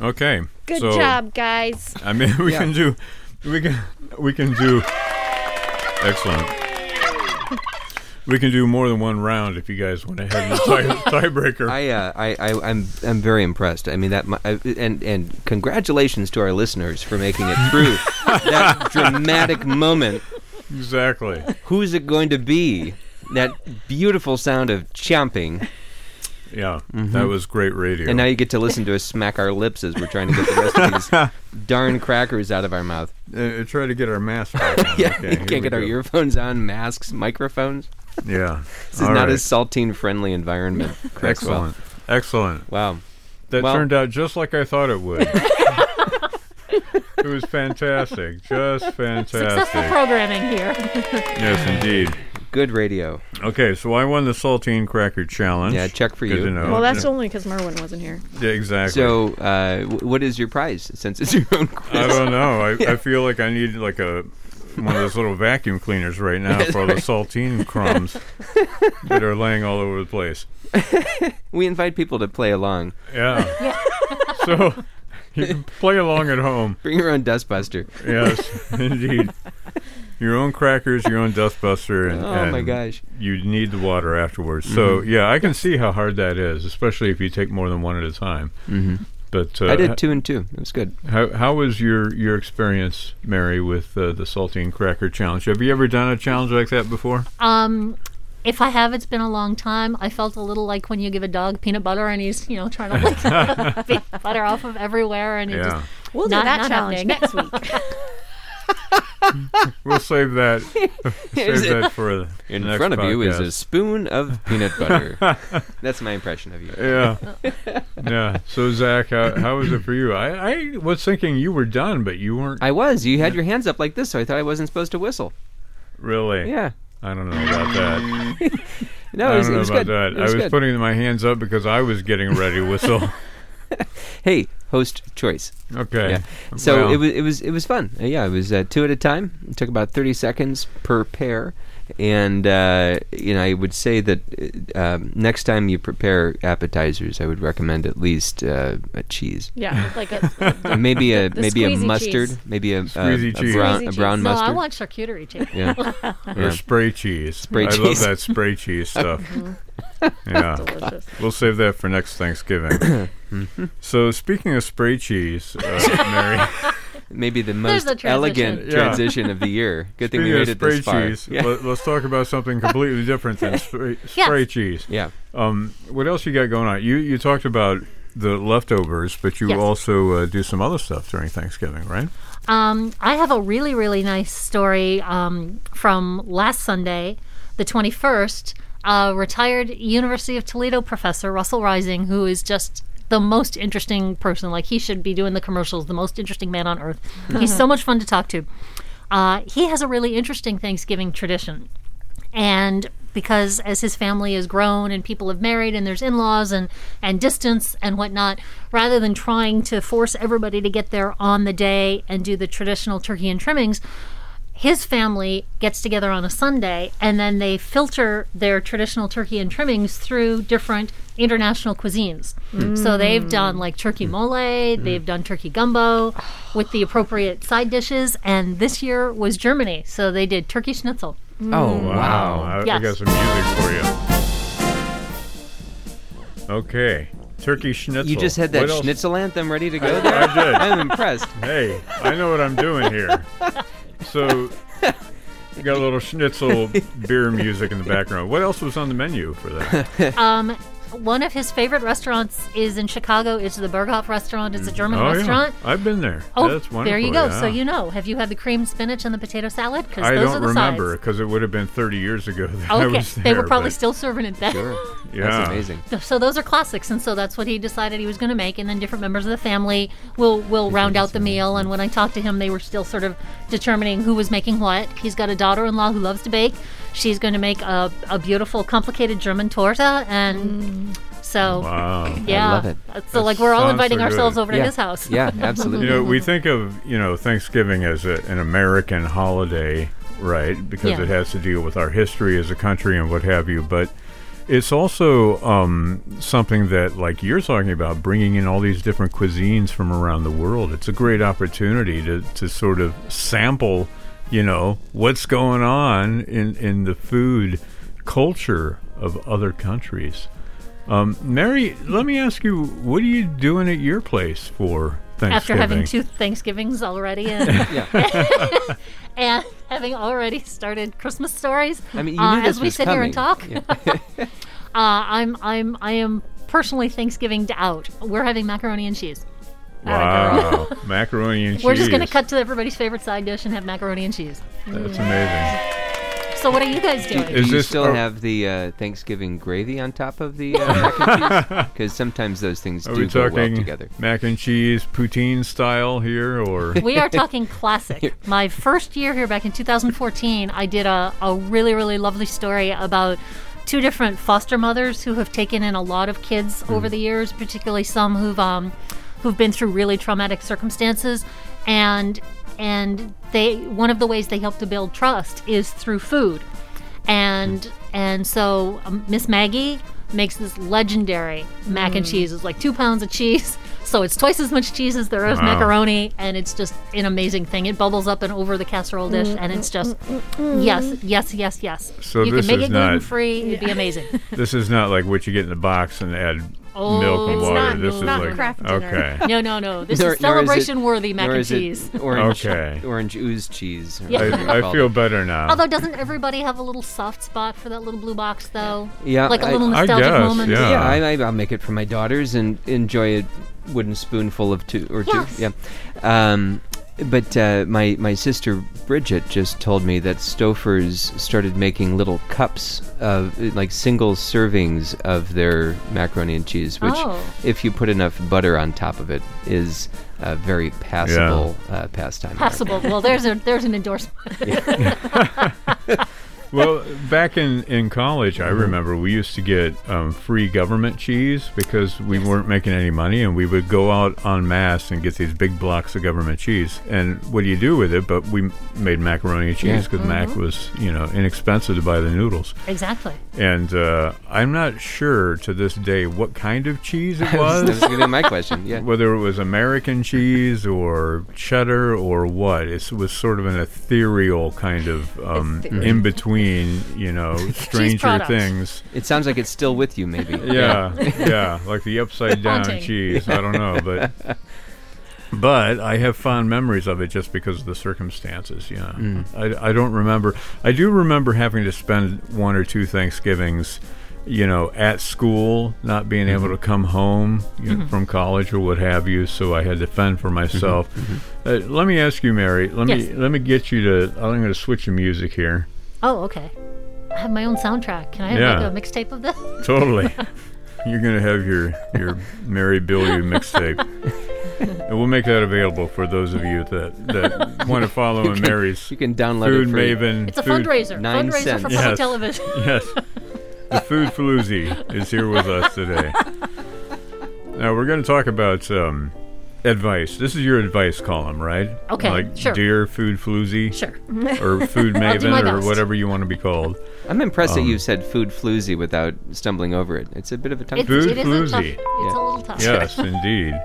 [SPEAKER 1] Okay.
[SPEAKER 2] Good
[SPEAKER 1] so,
[SPEAKER 2] job, guys.
[SPEAKER 1] I mean, (laughs) we
[SPEAKER 3] Yeah.
[SPEAKER 1] can do, we can, we can do. Excellent. We can do more than one round if you guys want to have the
[SPEAKER 3] (laughs)
[SPEAKER 1] tie, tiebreaker.
[SPEAKER 3] I, uh, I, I, I'm, I'm very impressed. I mean, that, mi- I, and, and congratulations to our listeners for making it
[SPEAKER 1] (laughs)
[SPEAKER 3] through that dramatic moment.
[SPEAKER 1] exactly.
[SPEAKER 3] Who's it going to be? That beautiful sound of chomping,
[SPEAKER 1] Yeah, that was great radio.
[SPEAKER 3] Mm-hmm. and now you get to listen to us smack our lips as we're trying to get the rest of
[SPEAKER 1] (laughs)
[SPEAKER 3] these darn crackers out of our mouth.
[SPEAKER 1] uh, try to get our mask. Back on.
[SPEAKER 3] (laughs) Yeah,
[SPEAKER 1] okay,
[SPEAKER 3] we
[SPEAKER 1] here
[SPEAKER 3] can't
[SPEAKER 1] we
[SPEAKER 3] get our
[SPEAKER 1] go.
[SPEAKER 3] earphones on, masks, microphones.
[SPEAKER 1] Yeah,
[SPEAKER 3] This is not a saltine-friendly environment. Cresswell.
[SPEAKER 1] (laughs) excellent. Excellent.
[SPEAKER 3] Wow.
[SPEAKER 1] That
[SPEAKER 3] Well-
[SPEAKER 1] turned out just like I thought it
[SPEAKER 3] (laughs)
[SPEAKER 1] would. it was fantastic. Just
[SPEAKER 3] (laughs)
[SPEAKER 4] Successful
[SPEAKER 1] fantastic.
[SPEAKER 4] programming here.
[SPEAKER 1] Yes, indeed.
[SPEAKER 3] Good radio.
[SPEAKER 1] Okay, so I won the saltine cracker challenge.
[SPEAKER 3] Yeah, check for
[SPEAKER 1] Good
[SPEAKER 3] you.
[SPEAKER 1] to know.
[SPEAKER 2] Well, that's
[SPEAKER 1] Oh, Yeah,
[SPEAKER 2] only because Merwin wasn't here.
[SPEAKER 1] exactly.
[SPEAKER 3] So, uh, w- what is your prize since it's (laughs) your own quiz?
[SPEAKER 1] I don't know. I, I feel like I need like a one of those little vacuum cleaners right now for
[SPEAKER 3] (laughs)
[SPEAKER 1] all the saltine crumbs that are laying all over the place.
[SPEAKER 3] We invite people to play along.
[SPEAKER 1] Yeah. (laughs) so you can play along at home.
[SPEAKER 3] Bring your own dustbuster.
[SPEAKER 1] Yes, (laughs) indeed. Your own crackers, your own dustbuster, and
[SPEAKER 3] Oh my
[SPEAKER 1] and
[SPEAKER 3] gosh. Mm-hmm.
[SPEAKER 1] you need the water afterwards. So yeah, I can see how hard that is, especially if you take more than one at a time.
[SPEAKER 3] Mhm.
[SPEAKER 1] But uh,
[SPEAKER 3] I did two and two. It was good.
[SPEAKER 1] (laughs) How, how was your, your experience, Mary, with uh, the saltine cracker challenge? Have you ever done a challenge like that before?
[SPEAKER 4] Um, if I have, it's been a long time. I felt a little like when you give a dog peanut butter and he's, you know, trying to (laughs) lick peanut butter off of everywhere, and it
[SPEAKER 1] yeah,
[SPEAKER 4] just
[SPEAKER 2] We'll
[SPEAKER 4] Not-
[SPEAKER 2] do that
[SPEAKER 4] not
[SPEAKER 2] challenge
[SPEAKER 4] happening.
[SPEAKER 2] next week. (laughs)
[SPEAKER 1] we'll save that. save
[SPEAKER 3] (laughs) Here's it.
[SPEAKER 1] that for the
[SPEAKER 3] In
[SPEAKER 1] next
[SPEAKER 3] front of you is a
[SPEAKER 1] podcast.
[SPEAKER 3] spoon of peanut
[SPEAKER 1] (laughs)
[SPEAKER 3] butter. That's my impression of you.
[SPEAKER 1] yeah, yeah. So Zach, how, how was it for you? I, I was thinking you were done, but you weren't
[SPEAKER 3] I was. You had your hands up like this, so I thought I wasn't supposed to whistle.
[SPEAKER 1] really.
[SPEAKER 3] Yeah.
[SPEAKER 1] I don't know about that.
[SPEAKER 3] No,
[SPEAKER 1] I
[SPEAKER 3] it was,
[SPEAKER 1] don't know
[SPEAKER 3] it was
[SPEAKER 1] about that.
[SPEAKER 3] good. It was
[SPEAKER 1] I was
[SPEAKER 3] good.
[SPEAKER 1] putting my hands up because I was getting ready to
[SPEAKER 3] (laughs)
[SPEAKER 1] whistle.
[SPEAKER 3] hey, host choice.
[SPEAKER 1] okay.
[SPEAKER 3] Yeah. So
[SPEAKER 1] Well,
[SPEAKER 3] it was it was it was fun. Uh, yeah, it was uh, two at a time. It took about thirty seconds per pair, and uh, you know I would say that uh, um, next time you prepare appetizers, I would recommend at least uh, a cheese,
[SPEAKER 2] Yeah, like a, (laughs)
[SPEAKER 3] Uh, maybe
[SPEAKER 4] (laughs)
[SPEAKER 3] a maybe a
[SPEAKER 2] squeezy
[SPEAKER 3] mustard,
[SPEAKER 2] cheese.
[SPEAKER 3] maybe a, a, a
[SPEAKER 1] Squeezy cheese.
[SPEAKER 3] brown a
[SPEAKER 2] Squeezy
[SPEAKER 3] brown
[SPEAKER 2] cheese.
[SPEAKER 4] no,
[SPEAKER 3] mustard.
[SPEAKER 4] I want charcuterie too.
[SPEAKER 3] (laughs) yeah.
[SPEAKER 1] (laughs) or
[SPEAKER 3] yeah.
[SPEAKER 1] spray cheese. I love
[SPEAKER 3] cheese. Mm-hmm.
[SPEAKER 1] that spray
[SPEAKER 3] (laughs)
[SPEAKER 1] cheese stuff. yeah.
[SPEAKER 2] delicious.
[SPEAKER 1] We'll save that for next
[SPEAKER 3] (coughs)
[SPEAKER 1] Thanksgiving.
[SPEAKER 3] Hmm.
[SPEAKER 1] so, speaking of spray cheese,
[SPEAKER 3] (laughs)
[SPEAKER 1] uh, Mary,
[SPEAKER 3] maybe the
[SPEAKER 4] There's
[SPEAKER 3] most
[SPEAKER 4] the
[SPEAKER 3] elegant
[SPEAKER 4] transition.
[SPEAKER 1] Yeah.
[SPEAKER 3] transition of the year. Good thing we
[SPEAKER 1] speaking of
[SPEAKER 3] made it
[SPEAKER 1] spray
[SPEAKER 3] this far.
[SPEAKER 1] cheese,
[SPEAKER 3] Yeah.
[SPEAKER 1] let, us talk about something completely different
[SPEAKER 3] (laughs)
[SPEAKER 1] than spray, spray cheese.
[SPEAKER 3] yeah.
[SPEAKER 1] Um, what else you got going on? You you talked about the leftovers, but you
[SPEAKER 4] Yes.
[SPEAKER 1] also uh, do some other stuff during Thanksgiving, right?
[SPEAKER 4] Um, I have a really, really nice story um, from last Sunday, the 21st. A retired University of Toledo professor, Russell Rising, who is just the most interesting person. Like, he should be doing the commercials, the most interesting man on earth. He's so much fun to talk to. Uh, he has a really interesting Thanksgiving tradition. And because as his family has grown and people have married and there's in laws and, and distance and whatnot, rather than trying to force everybody to get there on the day and do the traditional turkey and trimmings, his family gets together on a Sunday and then they filter their traditional turkey and trimmings through different international cuisines. So they've done like turkey mole, they've done turkey gumbo with the appropriate side dishes, and this year was Germany. So they did turkey schnitzel.
[SPEAKER 3] Oh wow.
[SPEAKER 1] I, I
[SPEAKER 4] Yes.
[SPEAKER 1] got some music for you. Okay, turkey schnitzel.
[SPEAKER 3] You just had that
[SPEAKER 1] What else-
[SPEAKER 3] schnitzel anthem ready to go
[SPEAKER 1] (laughs)
[SPEAKER 3] there.
[SPEAKER 1] I did.
[SPEAKER 3] (laughs) I'm impressed.
[SPEAKER 1] hey, I know what I'm doing here. So, we got a little schnitzel beer music in the background. What else was on the menu for
[SPEAKER 4] (laughs)
[SPEAKER 1] that?
[SPEAKER 4] Um, one of his favorite restaurants is in Chicago. It's the Berghoff restaurant. It's a German restaurant.
[SPEAKER 1] Mm. Oh, yeah, I've been there.
[SPEAKER 4] Oh,
[SPEAKER 1] That's wonderful.
[SPEAKER 4] there you go.
[SPEAKER 1] yeah.
[SPEAKER 4] So you know. Have you had the cream spinach and the potato salad? Because
[SPEAKER 1] I
[SPEAKER 4] those
[SPEAKER 1] don't
[SPEAKER 4] are the
[SPEAKER 1] remember
[SPEAKER 4] sides.
[SPEAKER 1] because it would have been 30 years ago that I
[SPEAKER 4] Okay,
[SPEAKER 1] was there.
[SPEAKER 4] they were probably
[SPEAKER 1] but-
[SPEAKER 4] still serving it then.
[SPEAKER 3] Sure.
[SPEAKER 1] (laughs) Yeah.
[SPEAKER 3] That's amazing.
[SPEAKER 4] (laughs) So those are classics, and so that's what he decided he was going to make. And then different members of the family will will round out the meal. And when I talked to him, they were still sort of determining who was making what. He's got a daughter-in-law who loves to bake. She's going to make a, a beautiful, complicated German torta, and
[SPEAKER 1] Mm.
[SPEAKER 4] so
[SPEAKER 1] Wow.
[SPEAKER 4] yeah,
[SPEAKER 3] love it.
[SPEAKER 4] so
[SPEAKER 1] That
[SPEAKER 4] like we're all
[SPEAKER 1] sounds so
[SPEAKER 4] inviting
[SPEAKER 1] good.
[SPEAKER 4] ourselves over
[SPEAKER 3] yeah.
[SPEAKER 4] to his house.
[SPEAKER 3] Yeah,
[SPEAKER 1] You
[SPEAKER 3] absolutely.
[SPEAKER 1] know, we think of, you know, Thanksgiving as a, an American holiday, right? Because
[SPEAKER 4] Yeah.
[SPEAKER 1] it has to deal with our history as a country and what have you. But it's also um, something that, like you're talking about, bringing in all these different cuisines from around the world. It's a great opportunity to, to sort of sample, you know, what's going on in, in the food culture of other countries. Um, Mary, let me ask you, what are you doing at your place for Thanksgiving?
[SPEAKER 4] (laughs) After having two Thanksgivings already and,
[SPEAKER 3] yeah.
[SPEAKER 4] (laughs) and having already started Christmas stories,
[SPEAKER 3] I mean, you
[SPEAKER 4] uh,
[SPEAKER 3] knew this
[SPEAKER 4] as we
[SPEAKER 3] was
[SPEAKER 4] sit here and
[SPEAKER 3] coming.
[SPEAKER 4] talk,
[SPEAKER 3] Yeah.
[SPEAKER 4] Uh, I'm I'm I am personally Thanksgiving out. We're having macaroni and cheese.
[SPEAKER 1] Wow, (laughs) macaroni and cheese.
[SPEAKER 4] We're just going to cut to everybody's favorite side dish and have macaroni and cheese.
[SPEAKER 1] That's amazing.
[SPEAKER 4] So So what are you guys doing?
[SPEAKER 3] Do
[SPEAKER 1] Is
[SPEAKER 3] you
[SPEAKER 1] this-
[SPEAKER 3] still
[SPEAKER 1] are-
[SPEAKER 3] have the uh, Thanksgiving gravy on top of
[SPEAKER 1] (laughs)
[SPEAKER 3] the uh, mac and cheese? Because sometimes those things
[SPEAKER 1] Are
[SPEAKER 3] do
[SPEAKER 1] we
[SPEAKER 3] go well
[SPEAKER 1] talking
[SPEAKER 3] together.
[SPEAKER 1] mac and cheese poutine style here, or
[SPEAKER 4] (laughs)
[SPEAKER 1] (laughs)
[SPEAKER 4] we are talking classic. My first year here back in 2014, I did a, a really, really lovely story about two different foster mothers who have taken in a lot of kids over the years, particularly some who've um, who've been through really traumatic circumstances and and they one of the ways they help to build trust is through food and and so um, Miss Maggie makes this legendary mac and cheese. It's like two pounds of cheese, (laughs) so it's twice as much cheese as there is
[SPEAKER 1] Wow.
[SPEAKER 4] macaroni, and it's just an amazing thing. It bubbles up and over the casserole dish,
[SPEAKER 1] Mm,
[SPEAKER 4] and it's just yes, yes, yes, yes.
[SPEAKER 1] So
[SPEAKER 4] you
[SPEAKER 1] this
[SPEAKER 4] can
[SPEAKER 1] is
[SPEAKER 4] make it
[SPEAKER 1] not-
[SPEAKER 4] gluten free. It'd be
[SPEAKER 1] (laughs)
[SPEAKER 4] amazing.
[SPEAKER 1] this is not like what you get in the box and add
[SPEAKER 4] Oh,
[SPEAKER 1] milk and
[SPEAKER 4] It's
[SPEAKER 1] water.
[SPEAKER 2] not-
[SPEAKER 1] this
[SPEAKER 2] it's
[SPEAKER 1] is
[SPEAKER 2] not
[SPEAKER 1] like
[SPEAKER 2] craft dinner.
[SPEAKER 1] okay.
[SPEAKER 4] No, no, no. This
[SPEAKER 3] Nor-
[SPEAKER 4] is
[SPEAKER 3] nor it-
[SPEAKER 4] celebration worthy mac
[SPEAKER 3] nor
[SPEAKER 4] and
[SPEAKER 3] is it
[SPEAKER 4] cheese.
[SPEAKER 3] Orange,
[SPEAKER 1] Okay.
[SPEAKER 3] orange ooze cheese. or
[SPEAKER 4] Yeah.
[SPEAKER 3] whatever it's
[SPEAKER 1] I, I
[SPEAKER 3] called.
[SPEAKER 1] feel better now.
[SPEAKER 4] Although, doesn't everybody have a little soft spot for that little blue box, though?
[SPEAKER 3] Yeah,
[SPEAKER 4] like a
[SPEAKER 3] I-
[SPEAKER 4] little
[SPEAKER 1] I
[SPEAKER 4] nostalgic
[SPEAKER 1] guess,
[SPEAKER 4] moment.
[SPEAKER 1] yeah.
[SPEAKER 3] Yeah, I, I, I'll make it for my daughters and enjoy a wooden spoonful of two or
[SPEAKER 4] Yes.
[SPEAKER 3] two. Yeah. Um, but uh, my my sister Bridget just told me that Stouffer's started making little cups of like single servings of their macaroni and cheese, which,
[SPEAKER 4] Oh.
[SPEAKER 3] if you put enough butter on top of it, is a very passable uh, pastime. (laughs)
[SPEAKER 4] Passable. Well, there's a there's an endorsement. (laughs)
[SPEAKER 1] well, back in, in college, I remember we used to get um, free government cheese because we weren't making any money, and we would go out en masse and get these big blocks of government cheese. And what do you do with it? But we m- made macaroni and cheese
[SPEAKER 3] Yeah.
[SPEAKER 1] because mac was you know inexpensive to buy the noodles.
[SPEAKER 4] exactly.
[SPEAKER 1] And uh, I'm not sure to this day what kind of cheese it
[SPEAKER 3] That was
[SPEAKER 1] was.
[SPEAKER 3] gonna be my question.
[SPEAKER 1] (laughs)
[SPEAKER 3] Yeah.
[SPEAKER 1] Whether it was American cheese or cheddar or what, it was sort of an ethereal kind of um,
[SPEAKER 2] Ethereal.
[SPEAKER 1] in between, you know, stranger
[SPEAKER 4] products.
[SPEAKER 1] things.
[SPEAKER 3] It sounds like it's still with you, maybe.
[SPEAKER 4] (laughs)
[SPEAKER 1] Yeah, (laughs) yeah, like the upside down
[SPEAKER 4] Haunting.
[SPEAKER 1] cheese. I don't know,
[SPEAKER 4] (laughs)
[SPEAKER 1] but but I have fond memories of it just because of the circumstances. Yeah, I, I don't remember. I do remember having to spend one or two Thanksgivings, you know, at school, not being able to come home you
[SPEAKER 4] Mm-hmm.
[SPEAKER 1] know, from college or what have you. So I had to fend for myself. Uh, let me ask you, Mary. Let me
[SPEAKER 4] Yes.
[SPEAKER 1] let me get you to. I'm going to switch the music here.
[SPEAKER 4] Oh, okay. I have my own soundtrack. Can I have
[SPEAKER 1] Yeah.
[SPEAKER 4] like a mixtape of this?
[SPEAKER 1] Totally. You're gonna have your your Mary Billy mixtape. And we'll make that available for those of you that, that want to follow in Mary's
[SPEAKER 3] You can download
[SPEAKER 1] food
[SPEAKER 3] it. for
[SPEAKER 1] maven.
[SPEAKER 4] It's a
[SPEAKER 1] food-
[SPEAKER 4] fundraiser.
[SPEAKER 3] Nine
[SPEAKER 4] fundraiser
[SPEAKER 3] cents.
[SPEAKER 4] for public
[SPEAKER 1] Yes.
[SPEAKER 4] television.
[SPEAKER 1] (laughs)
[SPEAKER 4] (laughs)
[SPEAKER 1] Yes. The food floozy is here with us today. Now we're going to talk about um, advice. This is your advice column, right?
[SPEAKER 4] Okay,
[SPEAKER 1] Like
[SPEAKER 4] sure.
[SPEAKER 1] dear food floozy
[SPEAKER 4] Sure.
[SPEAKER 1] (laughs) or food
[SPEAKER 4] (laughs) I'll do my
[SPEAKER 1] maven or
[SPEAKER 4] best.
[SPEAKER 1] whatever you want to be called.
[SPEAKER 3] I'm impressed that you said food floozy without stumbling over it. It's a bit of a tongue
[SPEAKER 4] It's,
[SPEAKER 3] twister.
[SPEAKER 1] Food
[SPEAKER 4] it is a tough.
[SPEAKER 1] floozy.
[SPEAKER 4] It's a little tough.
[SPEAKER 1] Yes, indeed.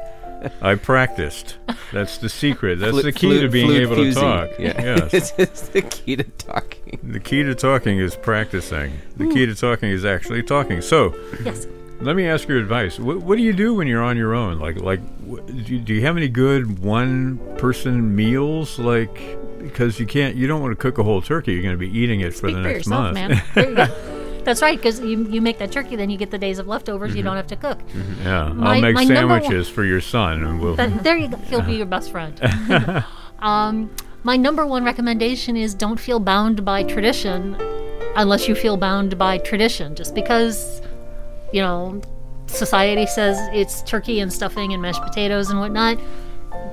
[SPEAKER 1] I practiced. That's the secret. That's
[SPEAKER 3] Flu-
[SPEAKER 1] the key
[SPEAKER 3] flu-
[SPEAKER 1] to being
[SPEAKER 3] fluid
[SPEAKER 1] able
[SPEAKER 3] floozy.
[SPEAKER 1] to talk.
[SPEAKER 3] Yeah.
[SPEAKER 1] Yes.
[SPEAKER 3] (laughs) it's, it's the key to talking.
[SPEAKER 1] The key to talking is practicing. The key to talking is actually talking. So,
[SPEAKER 4] (laughs) Yes.
[SPEAKER 1] let me ask your advice. What, what do you do when you're on your own? Like, like, wh- do you, do you have any good one-person meals? Like, because you can't, you don't want to cook a whole turkey. You're going to be eating it for
[SPEAKER 2] Speak
[SPEAKER 1] the
[SPEAKER 2] for
[SPEAKER 1] next
[SPEAKER 2] yourself,
[SPEAKER 1] month. (laughs)
[SPEAKER 2] man.
[SPEAKER 4] There you go. That's right, because you, you make that turkey, then you get the days of leftovers. You don't have to cook.
[SPEAKER 1] yeah,
[SPEAKER 4] My-
[SPEAKER 1] I'll make
[SPEAKER 4] my number one-
[SPEAKER 1] sandwiches for your son, and we'll.
[SPEAKER 4] But there you go. He'll be your best friend. (laughs) um, my number one recommendation is don't feel bound by tradition unless you feel bound by tradition. Just because, you know, society says it's turkey and stuffing and mashed potatoes and whatnot.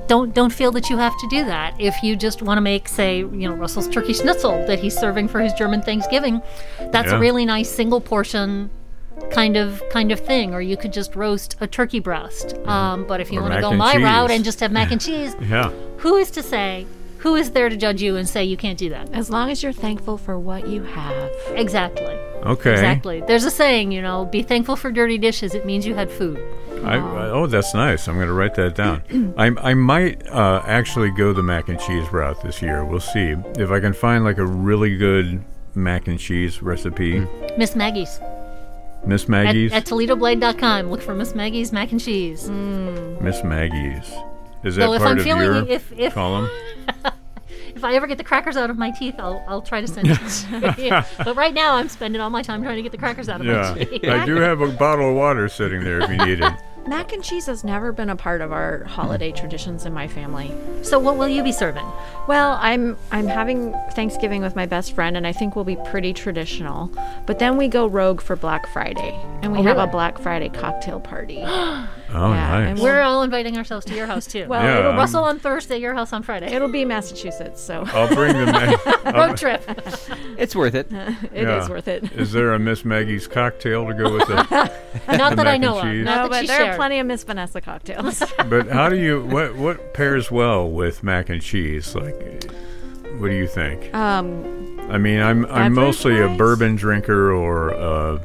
[SPEAKER 4] Don't don't feel that you have to do that. If you just want to make, say, you know, Russell's turkey schnitzel that he's serving for his German Thanksgiving, that's
[SPEAKER 1] Yeah.
[SPEAKER 4] a really nice single portion kind of kind of thing. Or you could just roast a turkey breast. Um, but if you
[SPEAKER 1] Mm-hmm. Or mac
[SPEAKER 4] want to go
[SPEAKER 1] and
[SPEAKER 4] my route
[SPEAKER 1] cheese.
[SPEAKER 4] and just have
[SPEAKER 1] (laughs)
[SPEAKER 4] mac and cheese,
[SPEAKER 1] yeah.
[SPEAKER 4] who is to say? Who is there to judge you and say you can't do that?
[SPEAKER 2] As long as you're thankful for what you have.
[SPEAKER 4] Exactly.
[SPEAKER 1] Okay.
[SPEAKER 4] Exactly. There's a saying, you know, be thankful for dirty dishes. It means you had food.
[SPEAKER 1] I, I, oh, that's nice. I'm going to write that down. I, I might uh, actually go the mac and cheese route this year. We'll see if I can find like a really good mac and cheese recipe.
[SPEAKER 4] Miss Maggie's.
[SPEAKER 1] Miss
[SPEAKER 4] At,
[SPEAKER 1] Maggie's.
[SPEAKER 4] at ToledoBlade.com. Look for Miss Maggie's mac and cheese.
[SPEAKER 1] Miss Maggie's. Is that
[SPEAKER 4] Though if
[SPEAKER 1] part
[SPEAKER 4] I'm
[SPEAKER 1] of
[SPEAKER 4] feeling
[SPEAKER 1] your
[SPEAKER 4] if if, (laughs)
[SPEAKER 1] column?
[SPEAKER 4] if I ever get the crackers out of my teeth, I'll, I'll try to send it to
[SPEAKER 1] (laughs)
[SPEAKER 4] you. But right now, I'm spending all my time trying to get the crackers out of my
[SPEAKER 1] Yeah,
[SPEAKER 4] teeth. (laughs)
[SPEAKER 1] I do have a bottle of water sitting there if you need it.
[SPEAKER 2] mac and cheese has never been a part of our holiday traditions in my family.
[SPEAKER 4] So what will you be serving?
[SPEAKER 2] Well, I'm I'm having Thanksgiving with my best friend, and I think we'll be pretty traditional. But then we go rogue for Black Friday, and
[SPEAKER 4] Oh,
[SPEAKER 2] we have a Black Friday
[SPEAKER 4] (gasps)
[SPEAKER 2] cocktail party.
[SPEAKER 1] Oh,
[SPEAKER 2] Yeah,
[SPEAKER 1] nice.
[SPEAKER 2] and
[SPEAKER 4] We're all inviting ourselves to your house too.
[SPEAKER 2] Well,
[SPEAKER 1] Yeah,
[SPEAKER 2] it'll,
[SPEAKER 1] I'm-
[SPEAKER 4] Russell on Thursday, your house on Friday.
[SPEAKER 2] it'll be Massachusetts, so
[SPEAKER 1] I'll bring the
[SPEAKER 4] (laughs)
[SPEAKER 1] ma-
[SPEAKER 4] Road trip.
[SPEAKER 3] It's
[SPEAKER 1] (laughs)
[SPEAKER 3] worth it.
[SPEAKER 2] (laughs) it
[SPEAKER 1] Yeah.
[SPEAKER 2] is worth it.
[SPEAKER 1] Is there a Miss Maggie's cocktail to go with it?
[SPEAKER 4] Not that
[SPEAKER 1] mac (laughs)
[SPEAKER 4] I
[SPEAKER 1] and
[SPEAKER 4] know of.
[SPEAKER 1] cheese.
[SPEAKER 2] (laughs) No,
[SPEAKER 4] Not that
[SPEAKER 2] but
[SPEAKER 4] she
[SPEAKER 2] there are
[SPEAKER 4] shared.
[SPEAKER 2] plenty of Miss
[SPEAKER 4] (laughs)
[SPEAKER 2] Vanessa cocktails. (laughs)
[SPEAKER 1] But how do you what what pairs well with mac and cheese? Like, what do you think?
[SPEAKER 2] um,
[SPEAKER 1] I mean, I'm I'm
[SPEAKER 2] Beverage
[SPEAKER 1] mostly a
[SPEAKER 2] wise?
[SPEAKER 1] bourbon drinker or a,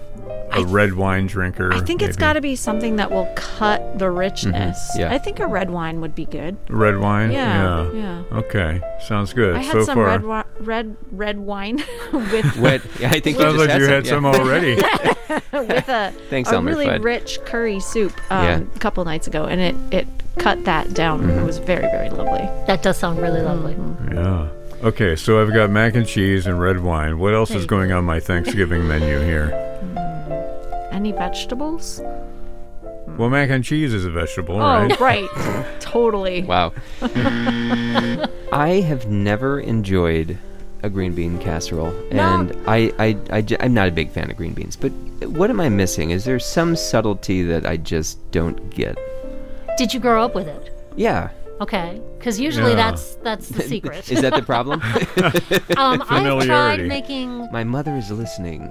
[SPEAKER 1] a red wine drinker.
[SPEAKER 2] I think it's got to be something that will cut
[SPEAKER 1] Mm-hmm.
[SPEAKER 2] the richness.
[SPEAKER 3] yeah.
[SPEAKER 2] I think a red wine would be good.
[SPEAKER 1] red wine.
[SPEAKER 2] Yeah, yeah.
[SPEAKER 1] Okay, sounds good
[SPEAKER 2] I had
[SPEAKER 1] so
[SPEAKER 2] some
[SPEAKER 1] far.
[SPEAKER 2] red wi- red red wine (laughs) with
[SPEAKER 3] What? Yeah, I think you
[SPEAKER 1] Sounds
[SPEAKER 3] just
[SPEAKER 1] like
[SPEAKER 3] had
[SPEAKER 1] you
[SPEAKER 3] some,
[SPEAKER 1] had
[SPEAKER 3] yeah.
[SPEAKER 1] some already.
[SPEAKER 2] (laughs) with a,
[SPEAKER 3] (laughs) Thanks,
[SPEAKER 2] a
[SPEAKER 3] Elmer
[SPEAKER 2] really
[SPEAKER 3] Fudd.
[SPEAKER 2] rich curry soup um,
[SPEAKER 3] Yeah. Mm-hmm.
[SPEAKER 2] a couple nights ago, and it, it cut that down. It was very, very lovely.
[SPEAKER 4] That does sound really lovely.
[SPEAKER 1] yeah. Okay, so I've got mac and cheese and red wine. What else is going on my Thanksgiving menu here?
[SPEAKER 2] Any vegetables?
[SPEAKER 1] Well, mac and cheese is a vegetable,
[SPEAKER 2] Oh,
[SPEAKER 1] right?
[SPEAKER 3] (laughs)
[SPEAKER 2] right. totally.
[SPEAKER 1] (laughs)
[SPEAKER 3] (laughs) Wow. I have never enjoyed a green bean casserole, and I, I, I, ju- I'm not a big fan of green beans. But what am I missing? Is there some subtlety that I just don't get?
[SPEAKER 4] Did you grow up with it?
[SPEAKER 3] Yeah.
[SPEAKER 4] Okay, because usually
[SPEAKER 1] Yeah.
[SPEAKER 4] that's that's
[SPEAKER 1] (laughs)
[SPEAKER 4] the secret.
[SPEAKER 3] Is that the problem? (laughs)
[SPEAKER 4] um, I've tried
[SPEAKER 1] Familiarity.
[SPEAKER 4] making.
[SPEAKER 3] My mother is listening.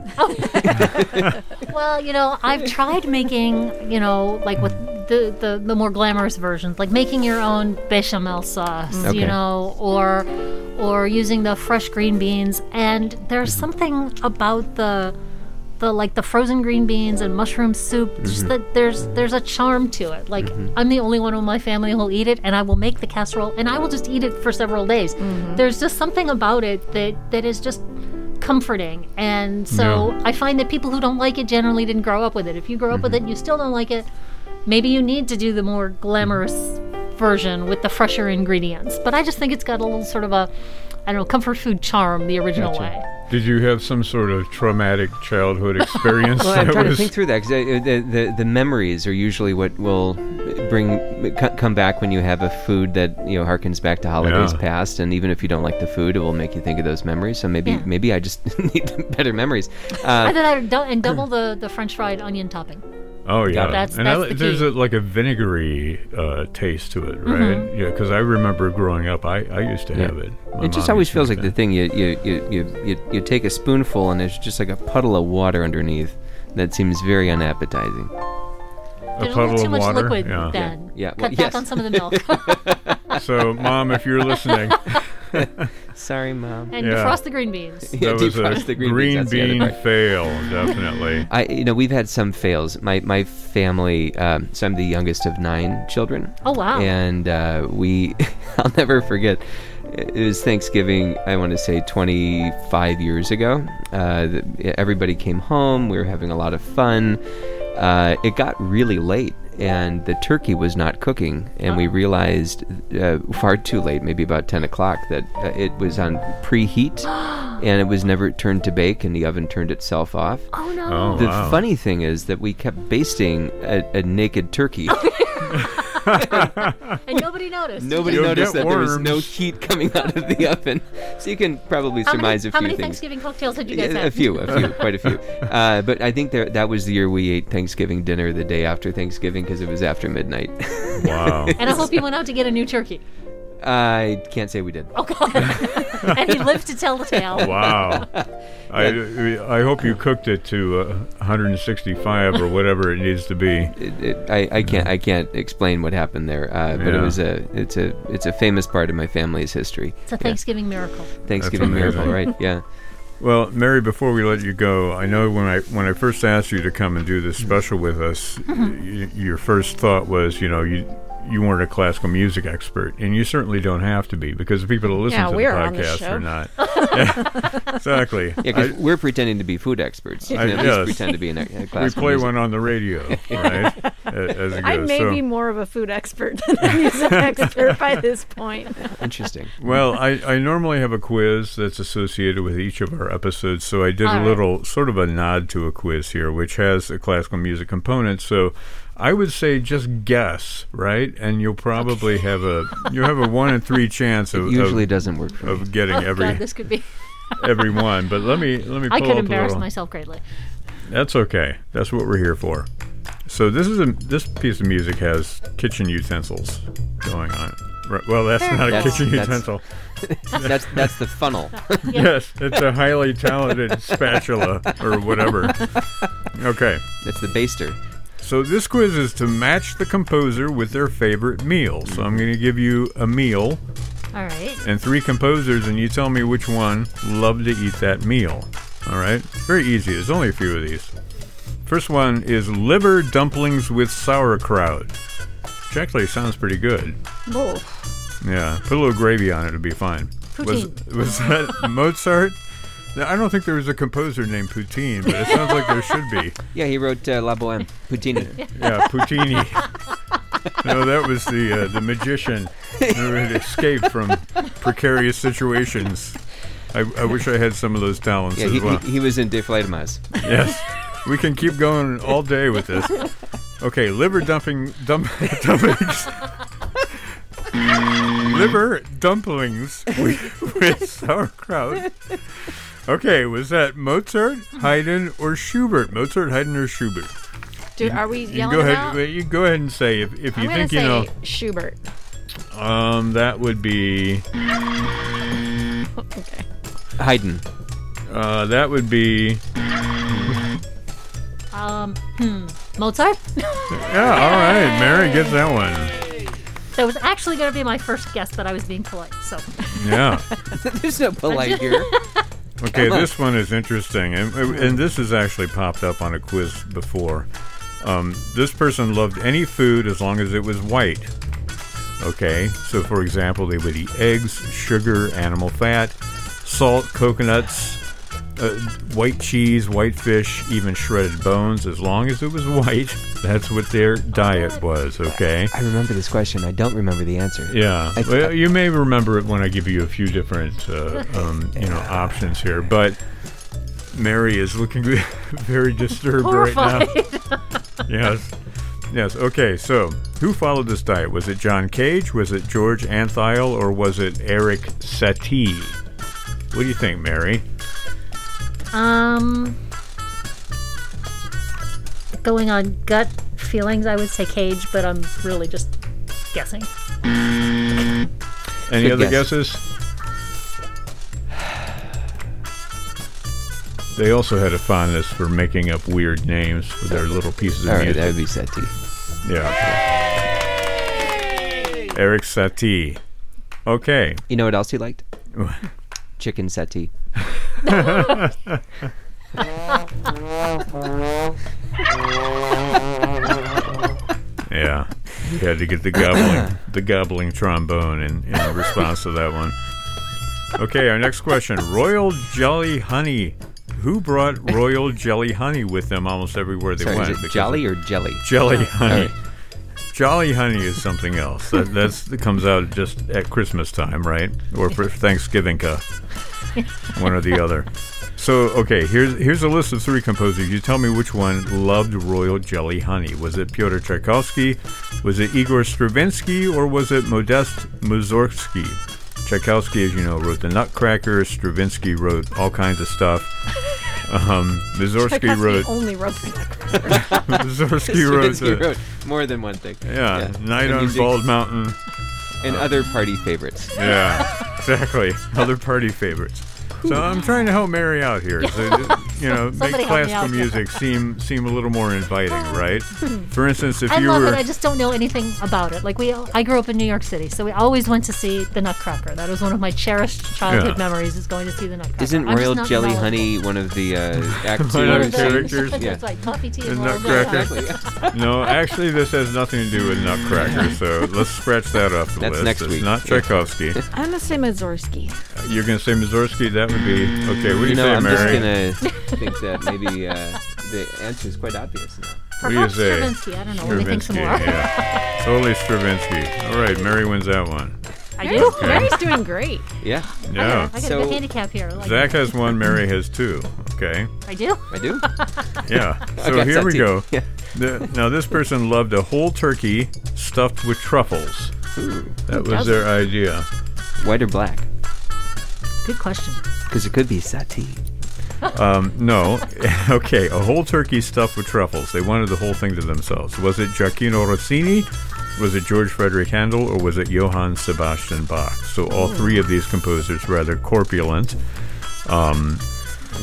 [SPEAKER 4] Well, you know, I've tried making. You know, like with the the, the more glamorous versions, like making your own bechamel sauce.
[SPEAKER 3] Okay.
[SPEAKER 4] You know, or or using the fresh green beans. And there's something about the the like the frozen green beans and mushroom soup just that there's there's a charm to it like i'm the only one in my family who'll eat it and i will make the casserole and i will just eat it for several days there's just something about it that that is just comforting and so i find that people who don't like it generally didn't grow up with it if you grow up with it and you still don't like it maybe you need to do the more glamorous version with the fresher ingredients but i just think it's got a little sort of a i don't know comfort food charm the original way
[SPEAKER 1] Did you have some sort of traumatic
[SPEAKER 2] (laughs)
[SPEAKER 1] childhood experience?
[SPEAKER 3] Well, I'm
[SPEAKER 1] that
[SPEAKER 3] trying to
[SPEAKER 1] was-
[SPEAKER 3] think through that because the, the the memories are usually what will bring co- come back when you have a food that you know harkens back to holidays
[SPEAKER 1] Yeah.
[SPEAKER 3] past, and even if you don't like the food, it will make you think of those memories. So maybe
[SPEAKER 4] Yeah.
[SPEAKER 3] maybe I just (laughs) need better memories. Uh,
[SPEAKER 4] And then I dou- and
[SPEAKER 1] (clears throat)
[SPEAKER 4] double the, the French fried onion topping.
[SPEAKER 1] Oh yeah,
[SPEAKER 4] That's-
[SPEAKER 1] and I
[SPEAKER 4] that's
[SPEAKER 1] li-
[SPEAKER 4] the
[SPEAKER 1] there's
[SPEAKER 4] key.
[SPEAKER 1] a, like a vinegary uh, taste to it, right?
[SPEAKER 4] Mm-hmm.
[SPEAKER 1] Yeah, because I remember growing up, I, I used to have it. My
[SPEAKER 3] it just
[SPEAKER 1] mom
[SPEAKER 3] always
[SPEAKER 1] used to
[SPEAKER 3] feels
[SPEAKER 1] make
[SPEAKER 3] like the thing you you, you, you, you you take a spoonful and there's just like a puddle of water underneath that seems very unappetizing.
[SPEAKER 4] There's a
[SPEAKER 1] puddle of
[SPEAKER 4] little too much
[SPEAKER 1] water,
[SPEAKER 4] liquid
[SPEAKER 1] yeah.
[SPEAKER 4] then.
[SPEAKER 3] Yeah, well,
[SPEAKER 4] Cut back
[SPEAKER 3] yes.
[SPEAKER 4] on some of the
[SPEAKER 3] (laughs)
[SPEAKER 4] milk (laughs)
[SPEAKER 1] that. (laughs) So, mom, if you're listening,
[SPEAKER 3] Sorry, mom.
[SPEAKER 4] and
[SPEAKER 1] Yeah.
[SPEAKER 4] defrost the green
[SPEAKER 3] (laughs)
[SPEAKER 4] beans.
[SPEAKER 3] Yeah,
[SPEAKER 1] that was a
[SPEAKER 3] defrost the green beans, that's the other
[SPEAKER 1] bean
[SPEAKER 3] part.
[SPEAKER 1] fail,
[SPEAKER 4] (laughs)
[SPEAKER 1] definitely.
[SPEAKER 3] I, you know, we've had some fails. My my family. Um, so I'm the youngest of nine children.
[SPEAKER 4] Oh, wow.
[SPEAKER 3] And uh, we, (laughs) I'll never forget. It was Thanksgiving. I want to say 25 years ago. Uh, the, everybody came home. We were having a lot of fun. Uh, it got really late, and the turkey was not cooking. And
[SPEAKER 4] Oh.
[SPEAKER 3] we realized uh, far too late, maybe about 10 o'clock, that uh, it was on
[SPEAKER 4] (gasps)
[SPEAKER 3] preheat, and it was never turned to bake, and the oven turned itself off.
[SPEAKER 4] Oh no!
[SPEAKER 1] Oh
[SPEAKER 3] The
[SPEAKER 1] wow.
[SPEAKER 3] funny thing is that we kept basting a, a naked
[SPEAKER 4] (laughs)
[SPEAKER 3] turkey.
[SPEAKER 1] Oh.
[SPEAKER 4] And nobody noticed.
[SPEAKER 3] Nobody
[SPEAKER 1] You'll
[SPEAKER 3] noticed
[SPEAKER 1] get
[SPEAKER 3] that there was no
[SPEAKER 1] worms.
[SPEAKER 3] heat coming out of
[SPEAKER 4] (laughs)
[SPEAKER 3] the oven. So you can probably
[SPEAKER 4] How many,
[SPEAKER 3] surmise
[SPEAKER 4] how
[SPEAKER 3] a few
[SPEAKER 4] many
[SPEAKER 3] things.
[SPEAKER 4] Thanksgiving cocktails did you guys
[SPEAKER 3] Yeah,
[SPEAKER 4] have?
[SPEAKER 3] a few, a
[SPEAKER 1] (laughs)
[SPEAKER 3] few, quite a few. Uh, but I think there, that was the year we ate Thanksgiving dinner the day after Thanksgiving because it was after midnight. (laughs)
[SPEAKER 1] wow.
[SPEAKER 4] (laughs) And I hope you went out to get a new turkey.
[SPEAKER 3] I can't say we did.
[SPEAKER 1] (laughs)
[SPEAKER 4] Oh god! and he lived to tell the tale. (laughs)
[SPEAKER 1] Wow. I, I hope you cooked it to uh, 165 or whatever it needs to be.
[SPEAKER 3] It, it, I, I can't I can't explain what happened there. Uh, but
[SPEAKER 1] Yeah.
[SPEAKER 3] it was a it's a it's a famous part of my family's history.
[SPEAKER 4] It's a Thanksgiving miracle.
[SPEAKER 3] Thanksgiving miracle,
[SPEAKER 1] amazing.
[SPEAKER 3] right? Yeah.
[SPEAKER 1] Well, Mary, before we let you go, I know when I when I first asked you to come and do this special with us, y- your first thought was, you know, you you weren't a classical music expert, and you certainly don't have to be because the people who listen
[SPEAKER 2] Yeah,
[SPEAKER 1] to the
[SPEAKER 2] we're on the
[SPEAKER 1] podcast
[SPEAKER 2] show.
[SPEAKER 1] are not.
[SPEAKER 2] (laughs)
[SPEAKER 1] Yeah, (laughs) exactly.
[SPEAKER 3] Yeah,
[SPEAKER 1] I-
[SPEAKER 3] because we're pretending to be food experts. You
[SPEAKER 1] I-
[SPEAKER 3] can at
[SPEAKER 1] yes.
[SPEAKER 3] least pretend to be in a,
[SPEAKER 1] (laughs)
[SPEAKER 3] a
[SPEAKER 1] we
[SPEAKER 3] class.
[SPEAKER 1] play one on the radio,
[SPEAKER 2] (laughs)
[SPEAKER 1] right? a- As it
[SPEAKER 2] I
[SPEAKER 1] goes.
[SPEAKER 2] may
[SPEAKER 1] So-
[SPEAKER 2] be more of a food expert (laughs) than a
[SPEAKER 3] (laughs)
[SPEAKER 2] music expert by this point.
[SPEAKER 3] Interesting.
[SPEAKER 1] Well, I, I normally have a quiz that's associated with each of our episodes, so I did
[SPEAKER 4] All
[SPEAKER 1] a
[SPEAKER 4] right.
[SPEAKER 1] little sort of a nod to a quiz here, which has a classical music component. So I would say just guess, right? And you'll probably have a you have a one in three chance of
[SPEAKER 3] (laughs) It usually
[SPEAKER 1] of,
[SPEAKER 3] doesn't work for me.
[SPEAKER 1] of getting every
[SPEAKER 4] Oh, God, this could be.
[SPEAKER 1] (laughs) every one. But let me let me. Pull
[SPEAKER 4] I could
[SPEAKER 1] up a
[SPEAKER 4] embarrass
[SPEAKER 1] little.
[SPEAKER 4] myself greatly.
[SPEAKER 1] That's okay. That's what we're here for. So this is a this piece of music has kitchen utensils going on. it. Right, well, that's
[SPEAKER 4] Very
[SPEAKER 1] not a
[SPEAKER 4] cool.
[SPEAKER 1] kitchen
[SPEAKER 3] That's-
[SPEAKER 1] utensil.
[SPEAKER 3] That's that's
[SPEAKER 1] (laughs)
[SPEAKER 3] the funnel.
[SPEAKER 1] Yes, it's a highly talented spatula or whatever. Okay.
[SPEAKER 3] That's the baster.
[SPEAKER 1] So this quiz is to match the composer with their favorite meal. So I'm going to give you a meal
[SPEAKER 4] All right.
[SPEAKER 1] and three composers, and you tell me which one loved to eat that meal. All right? Very easy. There's only a few of these. First one is liver dumplings with sauerkraut, which actually sounds pretty good. Yeah, put a little gravy on it, it'll be fine. Was,
[SPEAKER 4] Poutine.
[SPEAKER 1] was that Mozart? Now, I don't think there was a composer named Poutine, but it sounds like there should be.
[SPEAKER 3] Yeah, he wrote uh, La Boheme,
[SPEAKER 1] (laughs)
[SPEAKER 3] Poutine.
[SPEAKER 1] Yeah, Poutini. no, that was the uh, the magician who had escaped from precarious situations. I, I wish I had some of those talents
[SPEAKER 3] Yeah,
[SPEAKER 1] as
[SPEAKER 3] he,
[SPEAKER 1] well.
[SPEAKER 3] he, he was in De Fledermaus.
[SPEAKER 1] yes, we can keep going all day with this. Okay, liver dumping dump, (laughs) dumplings. liver dumplings with, with sauerkraut. Okay, was that Mozart, Haydn, or Schubert? Mozart, Haydn, or Schubert?
[SPEAKER 2] Dude, are we
[SPEAKER 1] You can
[SPEAKER 2] yelling
[SPEAKER 1] go ahead.
[SPEAKER 2] about?
[SPEAKER 1] well, You can go ahead and say if, if
[SPEAKER 2] I'm
[SPEAKER 1] you
[SPEAKER 2] gonna
[SPEAKER 1] think you
[SPEAKER 2] say
[SPEAKER 1] know.
[SPEAKER 2] Schubert. (laughs)
[SPEAKER 1] Um, that would be.
[SPEAKER 2] Okay.
[SPEAKER 1] (laughs)
[SPEAKER 3] Haydn.
[SPEAKER 1] Uh, that would be.
[SPEAKER 4] Um, hmm. Mozart? (laughs)
[SPEAKER 1] Yeah. All right. Mary gets that one.
[SPEAKER 4] That was actually going to be my first guess, but I was being polite. So,
[SPEAKER 1] Yeah.
[SPEAKER 3] There's no polite here.
[SPEAKER 1] Okay.
[SPEAKER 3] Come on. Hmm.
[SPEAKER 1] This one is interesting, and and this has actually popped up on a quiz before. Um, this person loved any food as long as it was white. Okay. So, for example, they would eat eggs, sugar, animal fat, salt, coconuts. Uh, white cheese, white fish, even shredded bones, as long as it was (laughs) white, that's what their diet was, okay?
[SPEAKER 3] I remember this question. I don't remember the answer.
[SPEAKER 1] Yeah,
[SPEAKER 3] I-
[SPEAKER 1] well, you may remember it when I give you a few different,
[SPEAKER 3] (laughs)
[SPEAKER 1] uh, um, you know, options here. But Mary is looking (laughs) very disturbed right now.
[SPEAKER 4] horrified.
[SPEAKER 1] (laughs) Yes, yes. Okay, so who followed this diet? Was it John Cage? Was it George Anthiel? Or was it Eric Satie? What do you think, Mary?
[SPEAKER 4] um, going on gut feelings, I would say Cage, but I'm really just guessing.
[SPEAKER 1] Any
[SPEAKER 3] Good
[SPEAKER 1] other
[SPEAKER 3] guess.
[SPEAKER 1] guesses? They also had a fondness for making up weird names for their little pieces of
[SPEAKER 3] All right,
[SPEAKER 1] music.
[SPEAKER 3] that would be Seti.
[SPEAKER 1] Yeah. Eric Satie. Okay.
[SPEAKER 3] You know what else
[SPEAKER 1] (laughs)
[SPEAKER 3] he liked? Chicken Seti.
[SPEAKER 1] Yeah. You had to get the gobbling the gobbling trombone in, in response to that one. Okay, our next question. Royal Jelly Honey. Who brought Royal Jelly Honey with them almost everywhere they
[SPEAKER 3] Sorry,
[SPEAKER 1] went?
[SPEAKER 3] is it
[SPEAKER 1] Because
[SPEAKER 3] Jolly or
[SPEAKER 1] (laughs)
[SPEAKER 3] Jelly?
[SPEAKER 1] Jelly Honey.
[SPEAKER 3] All right.
[SPEAKER 1] Jolly honey is something else. That that's, that comes out just at Christmas time, right? Or for Thanksgiving,
[SPEAKER 3] (laughs)
[SPEAKER 1] uh, one or the other. So, okay, here's here's a list of three composers. You tell me which one loved royal jelly honey. Was it Pyotr Tchaikovsky? Was it Igor Stravinsky? Or was it Modest Mussorgsky? Tchaikovsky, as you know, wrote the Nutcracker. Stravinsky wrote all kinds of
[SPEAKER 3] (laughs)
[SPEAKER 1] stuff. Um, Mussorgsky wrote. (laughs)
[SPEAKER 2] only wrote the
[SPEAKER 3] (laughs)
[SPEAKER 1] Mussorgsky wrote.
[SPEAKER 3] Stravinsky
[SPEAKER 1] the-
[SPEAKER 3] wrote more than one thing.
[SPEAKER 1] yeah, Night
[SPEAKER 3] And
[SPEAKER 1] on
[SPEAKER 3] music
[SPEAKER 1] Bald Mountain.
[SPEAKER 3] And other party favorites.
[SPEAKER 4] (laughs)
[SPEAKER 1] Yeah, exactly. Other party favorites. So I'm trying to help Mary out here.
[SPEAKER 4] (laughs)
[SPEAKER 1] So, you know, make
[SPEAKER 4] Somebody help me
[SPEAKER 1] classical
[SPEAKER 4] out here.
[SPEAKER 1] music seem seem a little more inviting, right?
[SPEAKER 4] (laughs)
[SPEAKER 1] For instance, if
[SPEAKER 4] I
[SPEAKER 1] you
[SPEAKER 4] love
[SPEAKER 1] were
[SPEAKER 4] it. I just don't know anything about it. Like we, I grew up in New York City, so we always went to see the Nutcracker. That was one of my cherished
[SPEAKER 1] Yeah.
[SPEAKER 4] childhood memories is going to see the Nutcracker.
[SPEAKER 3] Isn't
[SPEAKER 4] I'm just
[SPEAKER 3] Royal
[SPEAKER 4] not
[SPEAKER 3] Jelly
[SPEAKER 4] knowledgeable.
[SPEAKER 3] Honey one of the uh, Act
[SPEAKER 1] (laughs)
[SPEAKER 3] Two?
[SPEAKER 1] One
[SPEAKER 4] One
[SPEAKER 1] of
[SPEAKER 3] (laughs)
[SPEAKER 1] the
[SPEAKER 3] or
[SPEAKER 4] those.
[SPEAKER 3] something?
[SPEAKER 1] characters?
[SPEAKER 3] Yeah.
[SPEAKER 4] That's right. Coffee, tea,
[SPEAKER 1] The
[SPEAKER 4] and Royal Jelly
[SPEAKER 1] Nutcracker.
[SPEAKER 4] Honey.
[SPEAKER 3] Exactly. (laughs)
[SPEAKER 1] no, actually, this has nothing to do with Nutcracker.
[SPEAKER 4] (laughs)
[SPEAKER 1] So let's scratch that off the
[SPEAKER 3] That's
[SPEAKER 1] list.
[SPEAKER 3] next
[SPEAKER 1] it's
[SPEAKER 3] week.
[SPEAKER 1] not
[SPEAKER 3] Yeah.
[SPEAKER 1] Tchaikovsky.
[SPEAKER 2] I'm gonna say Mazorsky.
[SPEAKER 1] You're gonna say Mussorgsky? That would be okay. What do you
[SPEAKER 3] no,
[SPEAKER 1] say,
[SPEAKER 3] I'm
[SPEAKER 1] Mary?
[SPEAKER 3] just
[SPEAKER 1] (laughs)
[SPEAKER 3] gonna think that maybe uh, the answer is quite obvious now.
[SPEAKER 1] What do you
[SPEAKER 4] Perhaps
[SPEAKER 1] say?
[SPEAKER 4] Stravinsky. I don't know. Let me think some
[SPEAKER 1] Stravinsky,
[SPEAKER 4] more. (laughs)
[SPEAKER 1] yeah. Totally Stravinsky. All right, Mary wins that one.
[SPEAKER 4] I do.
[SPEAKER 2] Mary's doing great.
[SPEAKER 3] Yeah,
[SPEAKER 4] I
[SPEAKER 1] Yeah.
[SPEAKER 4] got a- I got a
[SPEAKER 3] So-
[SPEAKER 4] good handicap here. Like,
[SPEAKER 1] Zach has one, Mary has two. Okay.
[SPEAKER 4] I do.
[SPEAKER 3] I do.
[SPEAKER 1] Yeah. So
[SPEAKER 3] Okay,
[SPEAKER 1] here we
[SPEAKER 3] Seti.
[SPEAKER 1] go.
[SPEAKER 3] (laughs) Yeah.
[SPEAKER 1] The, now, this person loved a whole turkey stuffed with truffles. That was their idea.
[SPEAKER 3] White or black?
[SPEAKER 4] Good question.
[SPEAKER 3] Because it could be satay.
[SPEAKER 1] Um, no. (laughs) okay, a whole turkey stuffed with truffles. They wanted the whole thing to themselves. Was it Giacchino Rossini? Was it George Frederick Handel? Or was it Johann Sebastian Bach? So, all three of these composers rather corpulent. Um,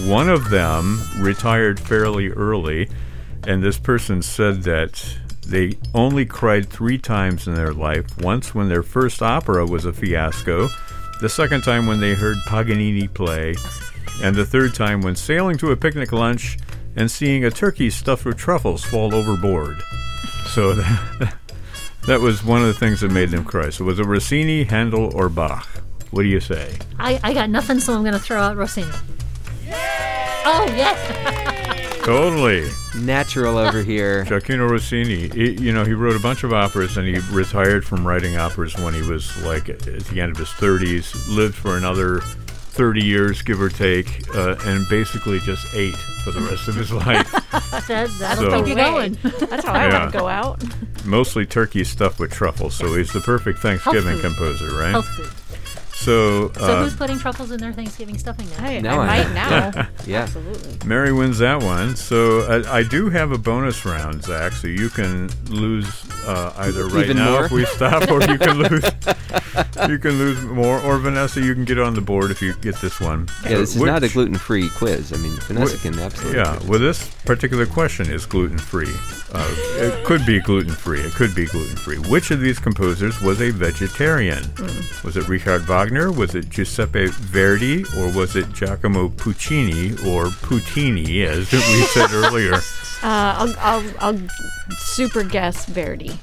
[SPEAKER 1] one of them retired fairly early, and this person said that they only cried three times in their life once when their first opera was a fiasco, the second time when they heard Paganini play, and the third time when sailing to a picnic lunch and seeing a turkey stuffed with truffles fall overboard. So (laughs) that, that was one of the things that made them cry. So, was it Rossini, Handel, or Bach? What do you say?
[SPEAKER 4] I, I got nothing, so I'm going to throw out Rossini. Oh, yes.
[SPEAKER 1] Totally.
[SPEAKER 3] Natural over here.
[SPEAKER 1] Giacchino Rossini, he, you know, he wrote a bunch of operas and he retired from writing operas when he was like at the end of his 30s, lived for another 30 years, give or take, uh, and basically just ate for the rest of his (laughs) life.
[SPEAKER 4] That, that'll
[SPEAKER 1] So-
[SPEAKER 4] keep you going.
[SPEAKER 2] That's how I
[SPEAKER 1] Oh, Yeah.
[SPEAKER 2] want to go out.
[SPEAKER 1] Mostly turkey stuffed with truffles, so he's the perfect Thanksgiving
[SPEAKER 4] food.
[SPEAKER 1] composer, right?
[SPEAKER 4] Health food.
[SPEAKER 1] So,
[SPEAKER 4] So
[SPEAKER 1] uh,
[SPEAKER 4] who's putting truffles in their Thanksgiving stuffing now?
[SPEAKER 2] I,
[SPEAKER 3] Now
[SPEAKER 2] I
[SPEAKER 3] I
[SPEAKER 2] might
[SPEAKER 3] know. (laughs)
[SPEAKER 2] now.
[SPEAKER 3] Yeah.
[SPEAKER 2] Absolutely.
[SPEAKER 1] Mary wins that one. So I, I do have a bonus round, Zach. So you can lose uh, either right
[SPEAKER 3] Even
[SPEAKER 1] now
[SPEAKER 3] more?
[SPEAKER 1] if we stop, or you can
[SPEAKER 3] (laughs)
[SPEAKER 1] lose. you can lose more, or Vanessa, you can get on the board if you get this one.
[SPEAKER 3] Yeah, this is
[SPEAKER 1] Which-
[SPEAKER 3] not a gluten free quiz. I mean, Vanessa can absolutely.
[SPEAKER 1] Yeah, well, this particular question is gluten free. Uh, it could be gluten free. It could be gluten free. Which of these composers was a vegetarian? Was it Richard Wagner? Was it Giuseppe Verdi? Or was it Giacomo Puccini or Puccini, as we said earlier?
[SPEAKER 2] Uh, I'll, I'll, I'll super guess Verdi.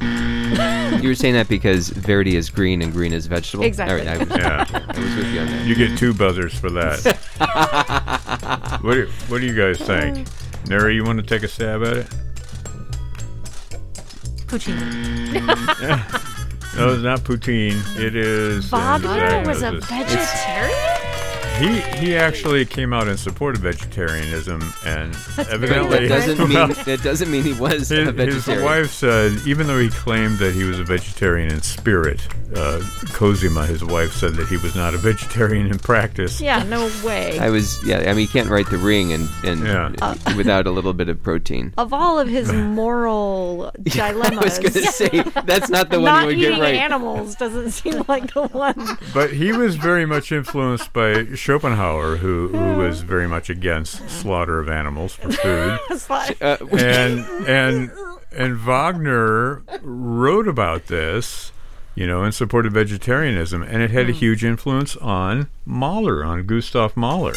[SPEAKER 3] You were saying that because Verdi is green and green is vegetable.
[SPEAKER 2] Exactly.
[SPEAKER 3] All right,
[SPEAKER 1] Yeah,
[SPEAKER 3] I, I was with you on that.
[SPEAKER 1] you get two buzzers for that. what, do, what do you guys think? Neri, you want to take a stab at it?
[SPEAKER 4] Puccini.
[SPEAKER 1] No, it's not poutine. It is. uh, and Zach knows this.
[SPEAKER 2] vegetarian?
[SPEAKER 1] He he actually came out in support of vegetarianism, and evidently (laughs)
[SPEAKER 3] That doesn't mean
[SPEAKER 1] Well,
[SPEAKER 3] that doesn't mean he was a
[SPEAKER 1] his, his
[SPEAKER 3] vegetarian.
[SPEAKER 1] wife said, even though he claimed that he was a vegetarian in spirit, uh, Cosima, his wife, said that he was not a vegetarian in practice.
[SPEAKER 2] Yeah, no way.
[SPEAKER 3] I was yeah. I mean, you can't write the ring and and
[SPEAKER 1] Yeah.
[SPEAKER 2] Uh.
[SPEAKER 3] without a little bit of protein.
[SPEAKER 2] of all of
[SPEAKER 3] (laughs)
[SPEAKER 2] his moral
[SPEAKER 3] I was
[SPEAKER 2] (laughs) dilemmas,
[SPEAKER 3] gonna say that's not the one
[SPEAKER 2] not
[SPEAKER 3] you would get
[SPEAKER 2] eating
[SPEAKER 3] right.
[SPEAKER 2] animals doesn't seem (laughs) like the one.
[SPEAKER 1] But he was very much influenced by Schopenhauer, who, who was very much against slaughter of animals for food.
[SPEAKER 2] It's like,
[SPEAKER 3] Uh, (laughs)
[SPEAKER 1] and and and Wagner wrote about this, you know, in support of vegetarianism, and it had a
[SPEAKER 4] Hmm.
[SPEAKER 1] huge influence on Mahler, on Gustav Mahler.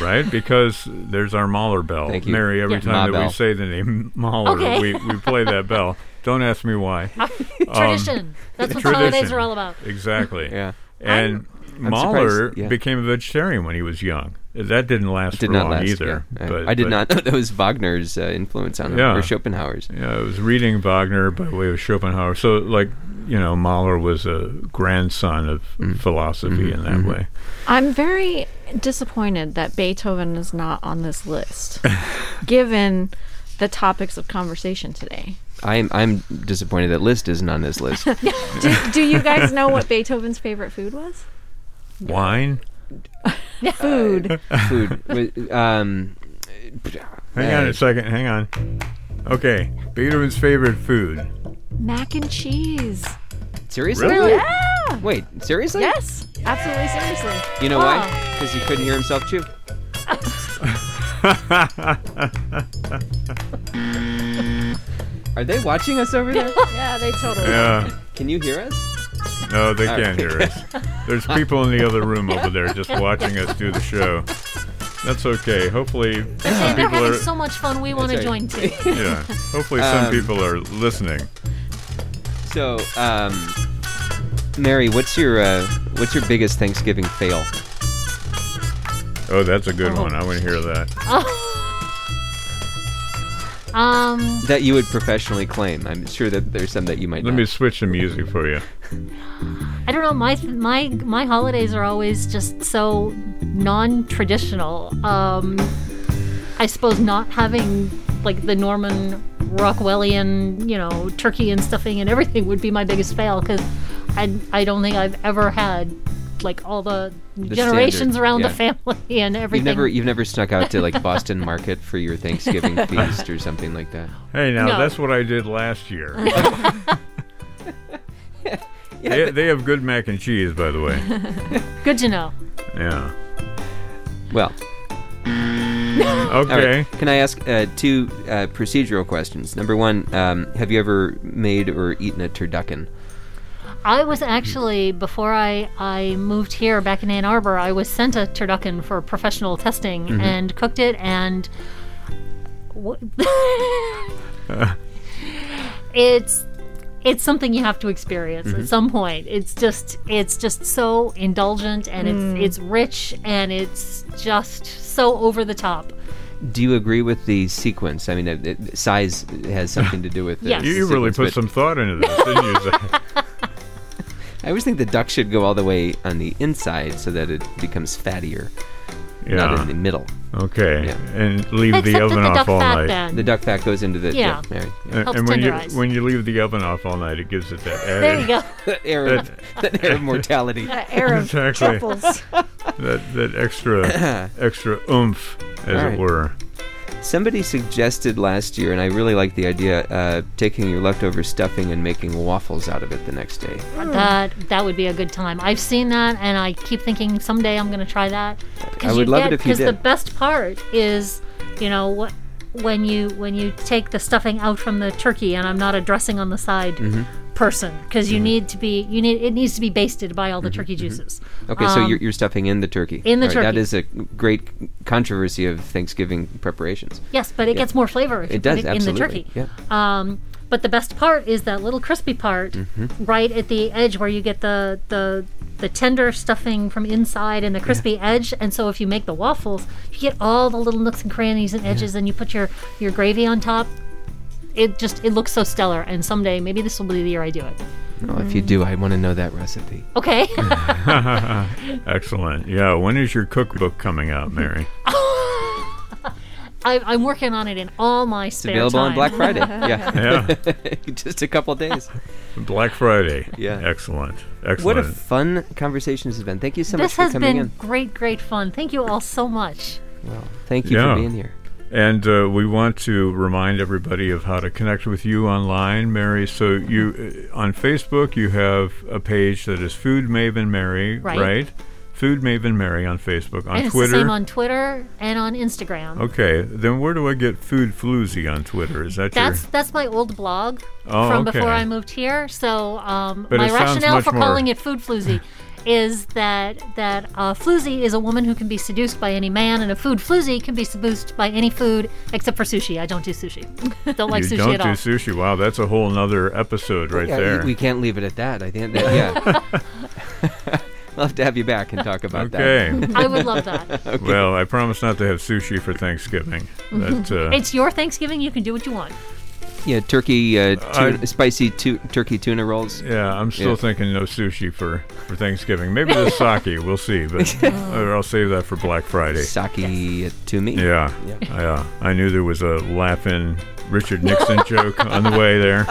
[SPEAKER 1] Right, because there's our Mahler bell.
[SPEAKER 3] Thank you.
[SPEAKER 1] Mary, every
[SPEAKER 4] Yeah.
[SPEAKER 1] time
[SPEAKER 3] Ma
[SPEAKER 1] that we
[SPEAKER 3] bell.
[SPEAKER 1] say the name Mahler,
[SPEAKER 4] Okay.
[SPEAKER 1] we, we play that
[SPEAKER 4] (laughs)
[SPEAKER 1] bell. Don't ask me why.
[SPEAKER 4] (laughs) Tradition. That's
[SPEAKER 1] Um,
[SPEAKER 4] what the holidays
[SPEAKER 1] tradition.
[SPEAKER 4] are all about.
[SPEAKER 1] Exactly.
[SPEAKER 3] yeah.
[SPEAKER 1] And
[SPEAKER 3] I'm
[SPEAKER 1] Mahler
[SPEAKER 3] surprised, yeah.
[SPEAKER 1] became a vegetarian when he was young. That didn't last
[SPEAKER 3] Did
[SPEAKER 1] for
[SPEAKER 3] not
[SPEAKER 1] long
[SPEAKER 3] last
[SPEAKER 1] either.
[SPEAKER 3] yeah. I-
[SPEAKER 1] but-
[SPEAKER 3] I did
[SPEAKER 1] but-
[SPEAKER 3] not know that was Wagner's uh, influence on him
[SPEAKER 1] Yeah.
[SPEAKER 3] or Schopenhauer's.
[SPEAKER 1] Yeah, I was reading Wagner by way of Schopenhauer. So, like, you know, Mahler was a grandson of philosophy in that way.
[SPEAKER 2] I'm very disappointed that Beethoven is not on this
[SPEAKER 3] (laughs)
[SPEAKER 2] list, given the topics of conversation today.
[SPEAKER 3] I'm I'm disappointed that List isn't on this
[SPEAKER 2] (laughs)
[SPEAKER 3] list.
[SPEAKER 2] Do, do you guys
[SPEAKER 3] (laughs)
[SPEAKER 2] know what Beethoven's favorite food was?
[SPEAKER 1] Wine?
[SPEAKER 2] Food.
[SPEAKER 3] Food. wa- Um,
[SPEAKER 1] Hang on
[SPEAKER 3] Uh,
[SPEAKER 1] a second. Hang on. Okay, Beethoven's favorite food. (laughs)
[SPEAKER 2] Mac and cheese.
[SPEAKER 3] seriously?
[SPEAKER 1] Really?
[SPEAKER 2] Yeah.
[SPEAKER 3] Wait, seriously?
[SPEAKER 2] Yes. Absolutely. Seriously.
[SPEAKER 3] You know why? Because he couldn't hear himself chew. Are they watching us over there?
[SPEAKER 2] (laughs) Yeah, they totally.
[SPEAKER 1] Yeah.
[SPEAKER 3] Can you hear us?
[SPEAKER 1] No, they
[SPEAKER 3] All
[SPEAKER 1] can't
[SPEAKER 3] right.
[SPEAKER 1] hear us. There's people in the other room over there just watching us do the show. That's okay. Hopefully, some
[SPEAKER 4] And they're
[SPEAKER 1] people
[SPEAKER 4] having
[SPEAKER 1] are.
[SPEAKER 4] so much fun, we want to
[SPEAKER 3] right.
[SPEAKER 4] join too.
[SPEAKER 1] (laughs)
[SPEAKER 4] (laughs)
[SPEAKER 1] Yeah. Hopefully, some
[SPEAKER 3] Um,
[SPEAKER 1] people are listening.
[SPEAKER 3] So, um, Mary, what's your uh, what's your biggest Thanksgiving fail?
[SPEAKER 1] Oh, that's a good
[SPEAKER 4] Oh.
[SPEAKER 1] one. I want to hear that.
[SPEAKER 4] um,
[SPEAKER 3] That you would professionally claim. I'm sure that there's some that you might
[SPEAKER 1] Let
[SPEAKER 3] not.
[SPEAKER 1] me switch the music for you.
[SPEAKER 4] I don't know. My my my holidays are always just so non-traditional. Um, I suppose not having like the Norman Rockwellian, you know, turkey and stuffing and everything would be my biggest fail because I, I don't think I've ever had like all the,
[SPEAKER 3] The
[SPEAKER 4] generations
[SPEAKER 3] standard,
[SPEAKER 4] around
[SPEAKER 3] yeah.
[SPEAKER 4] the family (laughs) and
[SPEAKER 3] You've
[SPEAKER 4] everything.
[SPEAKER 3] never e- you've never snuck out to like Boston Market for your
[SPEAKER 4] (laughs)
[SPEAKER 3] Thanksgiving feast or something like that.
[SPEAKER 1] Hey, now
[SPEAKER 4] No.
[SPEAKER 1] that's what I did last year. they, they have good mac and cheese, by the way.
[SPEAKER 4] Good to know.
[SPEAKER 1] Yeah.
[SPEAKER 3] Well, all right.
[SPEAKER 1] Okay.
[SPEAKER 3] Can I ask uh, two uh, procedural questions? Number one, um, have you ever made or eaten a turducken?
[SPEAKER 4] I was actually before I I moved here back in Ann Arbor. I was sent a turducken for professional testing
[SPEAKER 1] Mm-hmm.
[SPEAKER 4] and cooked it and. What? (laughs) it's it's something you have to experience
[SPEAKER 1] Mm-hmm.
[SPEAKER 4] at some point. It's just it's just so indulgent and
[SPEAKER 3] Mm.
[SPEAKER 4] it's it's rich and it's just so over the top.
[SPEAKER 3] Do you agree with the sequence? I mean, uh it, size has something to do with the
[SPEAKER 4] Yes.
[SPEAKER 1] You, you really
[SPEAKER 3] sequence,
[SPEAKER 1] put
[SPEAKER 3] but
[SPEAKER 1] some thought into this, didn't you? Zach?
[SPEAKER 3] I always think the duck should go all the way on the inside so that it becomes fattier, not in the
[SPEAKER 1] yeah.
[SPEAKER 3] middle.
[SPEAKER 1] Okay.
[SPEAKER 3] Yeah.
[SPEAKER 1] And leave
[SPEAKER 4] Except
[SPEAKER 1] the
[SPEAKER 4] that
[SPEAKER 1] oven
[SPEAKER 4] the
[SPEAKER 1] off
[SPEAKER 4] duck
[SPEAKER 1] all
[SPEAKER 4] fat
[SPEAKER 1] night.
[SPEAKER 4] then.
[SPEAKER 3] The duck fat goes into the
[SPEAKER 4] Yeah.
[SPEAKER 3] yeah, all right.
[SPEAKER 1] A-
[SPEAKER 4] Helps
[SPEAKER 1] and when you
[SPEAKER 4] tenderize.
[SPEAKER 1] when you leave the oven off all night, it gives it that
[SPEAKER 4] There you
[SPEAKER 1] added
[SPEAKER 4] go.
[SPEAKER 3] (laughs) that air of, that air of
[SPEAKER 4] (laughs)
[SPEAKER 3] mortality.
[SPEAKER 2] Uh, (laughs) Arab
[SPEAKER 1] Exactly.
[SPEAKER 2] truffles.
[SPEAKER 1] that that extra extra oomph, as
[SPEAKER 3] All right.
[SPEAKER 1] it were.
[SPEAKER 3] Somebody suggested last year, and I really like the idea, uh, taking your leftover stuffing and making waffles out of it the next day.
[SPEAKER 4] That that would be a good time. I've seen that, and I keep thinking someday I'm going to try that. Because
[SPEAKER 3] I would
[SPEAKER 4] you
[SPEAKER 3] love
[SPEAKER 4] get-
[SPEAKER 3] it if you
[SPEAKER 4] 'cause the
[SPEAKER 3] did.
[SPEAKER 4] best part is, you know, what when you when you take the stuffing out from the turkey, and I'm not a dressing on the side
[SPEAKER 3] Mm-hmm.
[SPEAKER 4] person, because you need to be you need it needs to be basted by all the turkey juices.
[SPEAKER 3] Mm-hmm. Okay, so
[SPEAKER 4] Um,
[SPEAKER 3] you're, you're stuffing in the turkey.
[SPEAKER 4] in the
[SPEAKER 3] All right, That
[SPEAKER 4] turkey.
[SPEAKER 3] is a great controversy of Thanksgiving preparations.
[SPEAKER 4] yes, but it gets more flavor if you
[SPEAKER 3] It
[SPEAKER 4] put
[SPEAKER 3] does
[SPEAKER 4] it
[SPEAKER 3] absolutely.
[SPEAKER 4] in the turkey.
[SPEAKER 3] Yeah.
[SPEAKER 4] Um, but the best part is that little crispy part
[SPEAKER 3] Mm-hmm.
[SPEAKER 4] right at the edge where you get the, the the tender stuffing from inside and the crispy edge. And so if you make the waffles, you get all the little nooks and crannies and edges, and you put your your gravy on top. It just it looks so stellar. And someday maybe this will be the year I do it.
[SPEAKER 3] Well, if you do, I want to know that recipe.
[SPEAKER 4] Okay.
[SPEAKER 1] (laughs) Excellent. Yeah. When is your cookbook coming out, Mary?
[SPEAKER 4] (laughs) I, I'm working on it in all my
[SPEAKER 3] It's
[SPEAKER 4] spare
[SPEAKER 3] available
[SPEAKER 4] time.
[SPEAKER 3] on Black
[SPEAKER 4] (laughs)
[SPEAKER 3] Friday. Yeah.
[SPEAKER 1] Yeah.
[SPEAKER 3] (laughs) Just a couple days.
[SPEAKER 1] Black Friday.
[SPEAKER 3] Yeah.
[SPEAKER 1] Excellent.
[SPEAKER 3] What a
[SPEAKER 1] Excellent.
[SPEAKER 3] fun conversation this has been. Thank you so much
[SPEAKER 4] This
[SPEAKER 3] for
[SPEAKER 4] has
[SPEAKER 3] coming
[SPEAKER 4] been
[SPEAKER 3] in.
[SPEAKER 4] great, great fun. Thank you all so much.
[SPEAKER 3] Well, thank you
[SPEAKER 1] Yeah.
[SPEAKER 3] for being here.
[SPEAKER 1] and uh, we want to remind everybody of how to connect with you online, Mary. So you uh, on Facebook, you have a page that is Food Maven Mary, right?
[SPEAKER 4] Right.
[SPEAKER 1] Food Maven Mary on Facebook. On
[SPEAKER 4] and it's
[SPEAKER 1] Twitter.
[SPEAKER 4] the same on Twitter and on Instagram.
[SPEAKER 1] Okay, then where do I get food floozy on Twitter? Is that
[SPEAKER 4] That's
[SPEAKER 1] your?
[SPEAKER 4] that's my old blog
[SPEAKER 1] Oh,
[SPEAKER 4] from before
[SPEAKER 1] okay.
[SPEAKER 4] I moved here. So um,
[SPEAKER 1] But
[SPEAKER 4] my
[SPEAKER 1] it sounds
[SPEAKER 4] rationale
[SPEAKER 1] much
[SPEAKER 4] for
[SPEAKER 1] more-
[SPEAKER 4] calling it food
[SPEAKER 1] (laughs)
[SPEAKER 4] floozy is that that uh, floozy is a woman who can be seduced by any man, and a food floozy can be seduced by any food except for sushi. I don't do
[SPEAKER 1] (laughs)
[SPEAKER 4] sushi. Don't like
[SPEAKER 1] you
[SPEAKER 4] sushi
[SPEAKER 1] don't
[SPEAKER 4] at
[SPEAKER 1] do
[SPEAKER 4] all.
[SPEAKER 1] sushi. Wow, that's a whole nother episode right
[SPEAKER 3] yeah, we-
[SPEAKER 1] there.
[SPEAKER 3] We can't leave it at that. I think that, yeah. (laughs) I'll have to have you back and talk about
[SPEAKER 1] okay.
[SPEAKER 4] I would
[SPEAKER 1] (laughs)
[SPEAKER 4] love that.
[SPEAKER 1] Well, I promise not to have sushi for Thanksgiving.
[SPEAKER 4] Mm-hmm.
[SPEAKER 1] That, uh,
[SPEAKER 4] It's your Thanksgiving. You can do what you want.
[SPEAKER 3] that. (laughs) Yeah, turkey, uh, tuna,
[SPEAKER 1] I-
[SPEAKER 3] spicy tu- turkey tuna rolls.
[SPEAKER 1] yeah, I'm still
[SPEAKER 3] Yeah.
[SPEAKER 1] thinking no sushi for, for Thanksgiving. Maybe
[SPEAKER 4] (laughs)
[SPEAKER 1] the sake, we'll see. But
[SPEAKER 4] Oh.
[SPEAKER 1] or I'll save that for Black Friday.
[SPEAKER 3] Sake to me.
[SPEAKER 1] Yeah,
[SPEAKER 3] Yeah.
[SPEAKER 1] yeah. I knew there was a laughing Richard
[SPEAKER 4] (laughs)
[SPEAKER 1] Nixon joke on the way there.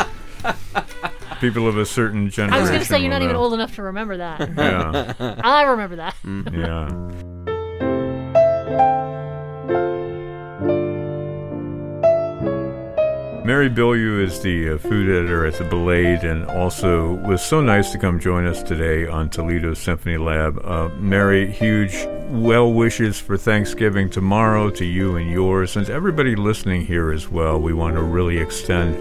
[SPEAKER 1] People of a certain generation.
[SPEAKER 4] I was going to say you're
[SPEAKER 1] will
[SPEAKER 4] not even
[SPEAKER 1] know.
[SPEAKER 4] old enough to remember that.
[SPEAKER 1] Yeah.
[SPEAKER 4] (laughs) I remember that.
[SPEAKER 1] Yeah. Mary Bilyeu is the uh, food editor at the Blade and also was so nice to come join us today on Toledo Symphony Lab. Uh, Mary, huge well wishes for Thanksgiving tomorrow to you and yours and to everybody listening here as well. We want to really extend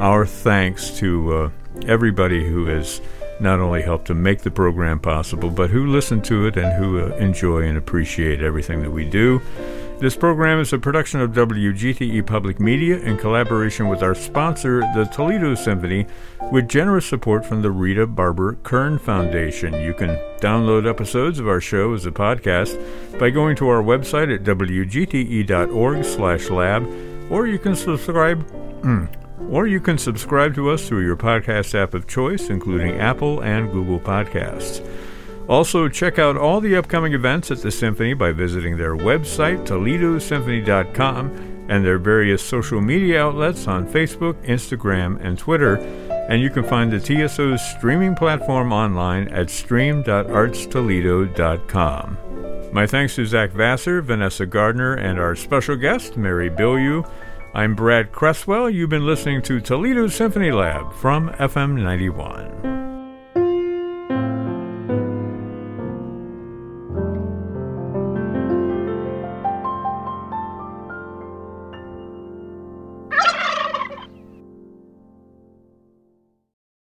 [SPEAKER 1] our thanks to uh, everybody who has not only helped to make the program possible, but who listen to it and who uh, enjoy and appreciate everything that we do. This program is a production of WGTE E Public Media in collaboration with our sponsor, the Toledo Symphony, with generous support from the Rita Barber Kern Foundation. You can download episodes of our show as a podcast by going to our website at E wgte.org/lab, or you can subscribe hmm, or you can subscribe to us through your podcast app of choice, including Apple and Google Podcasts. Also, check out all the upcoming events at the Symphony by visiting their website, toledosymphony.com, and their various social media outlets on Facebook, Instagram, and Twitter. And you can find the TSO's streaming platform online at stream.artstoledo.com. My thanks to Zach Vassar, Vanessa Gardner, and our special guest, Mary Bilyeu. I'm Brad Cresswell. You've been listening to Toledo Symphony Lab from FM 91.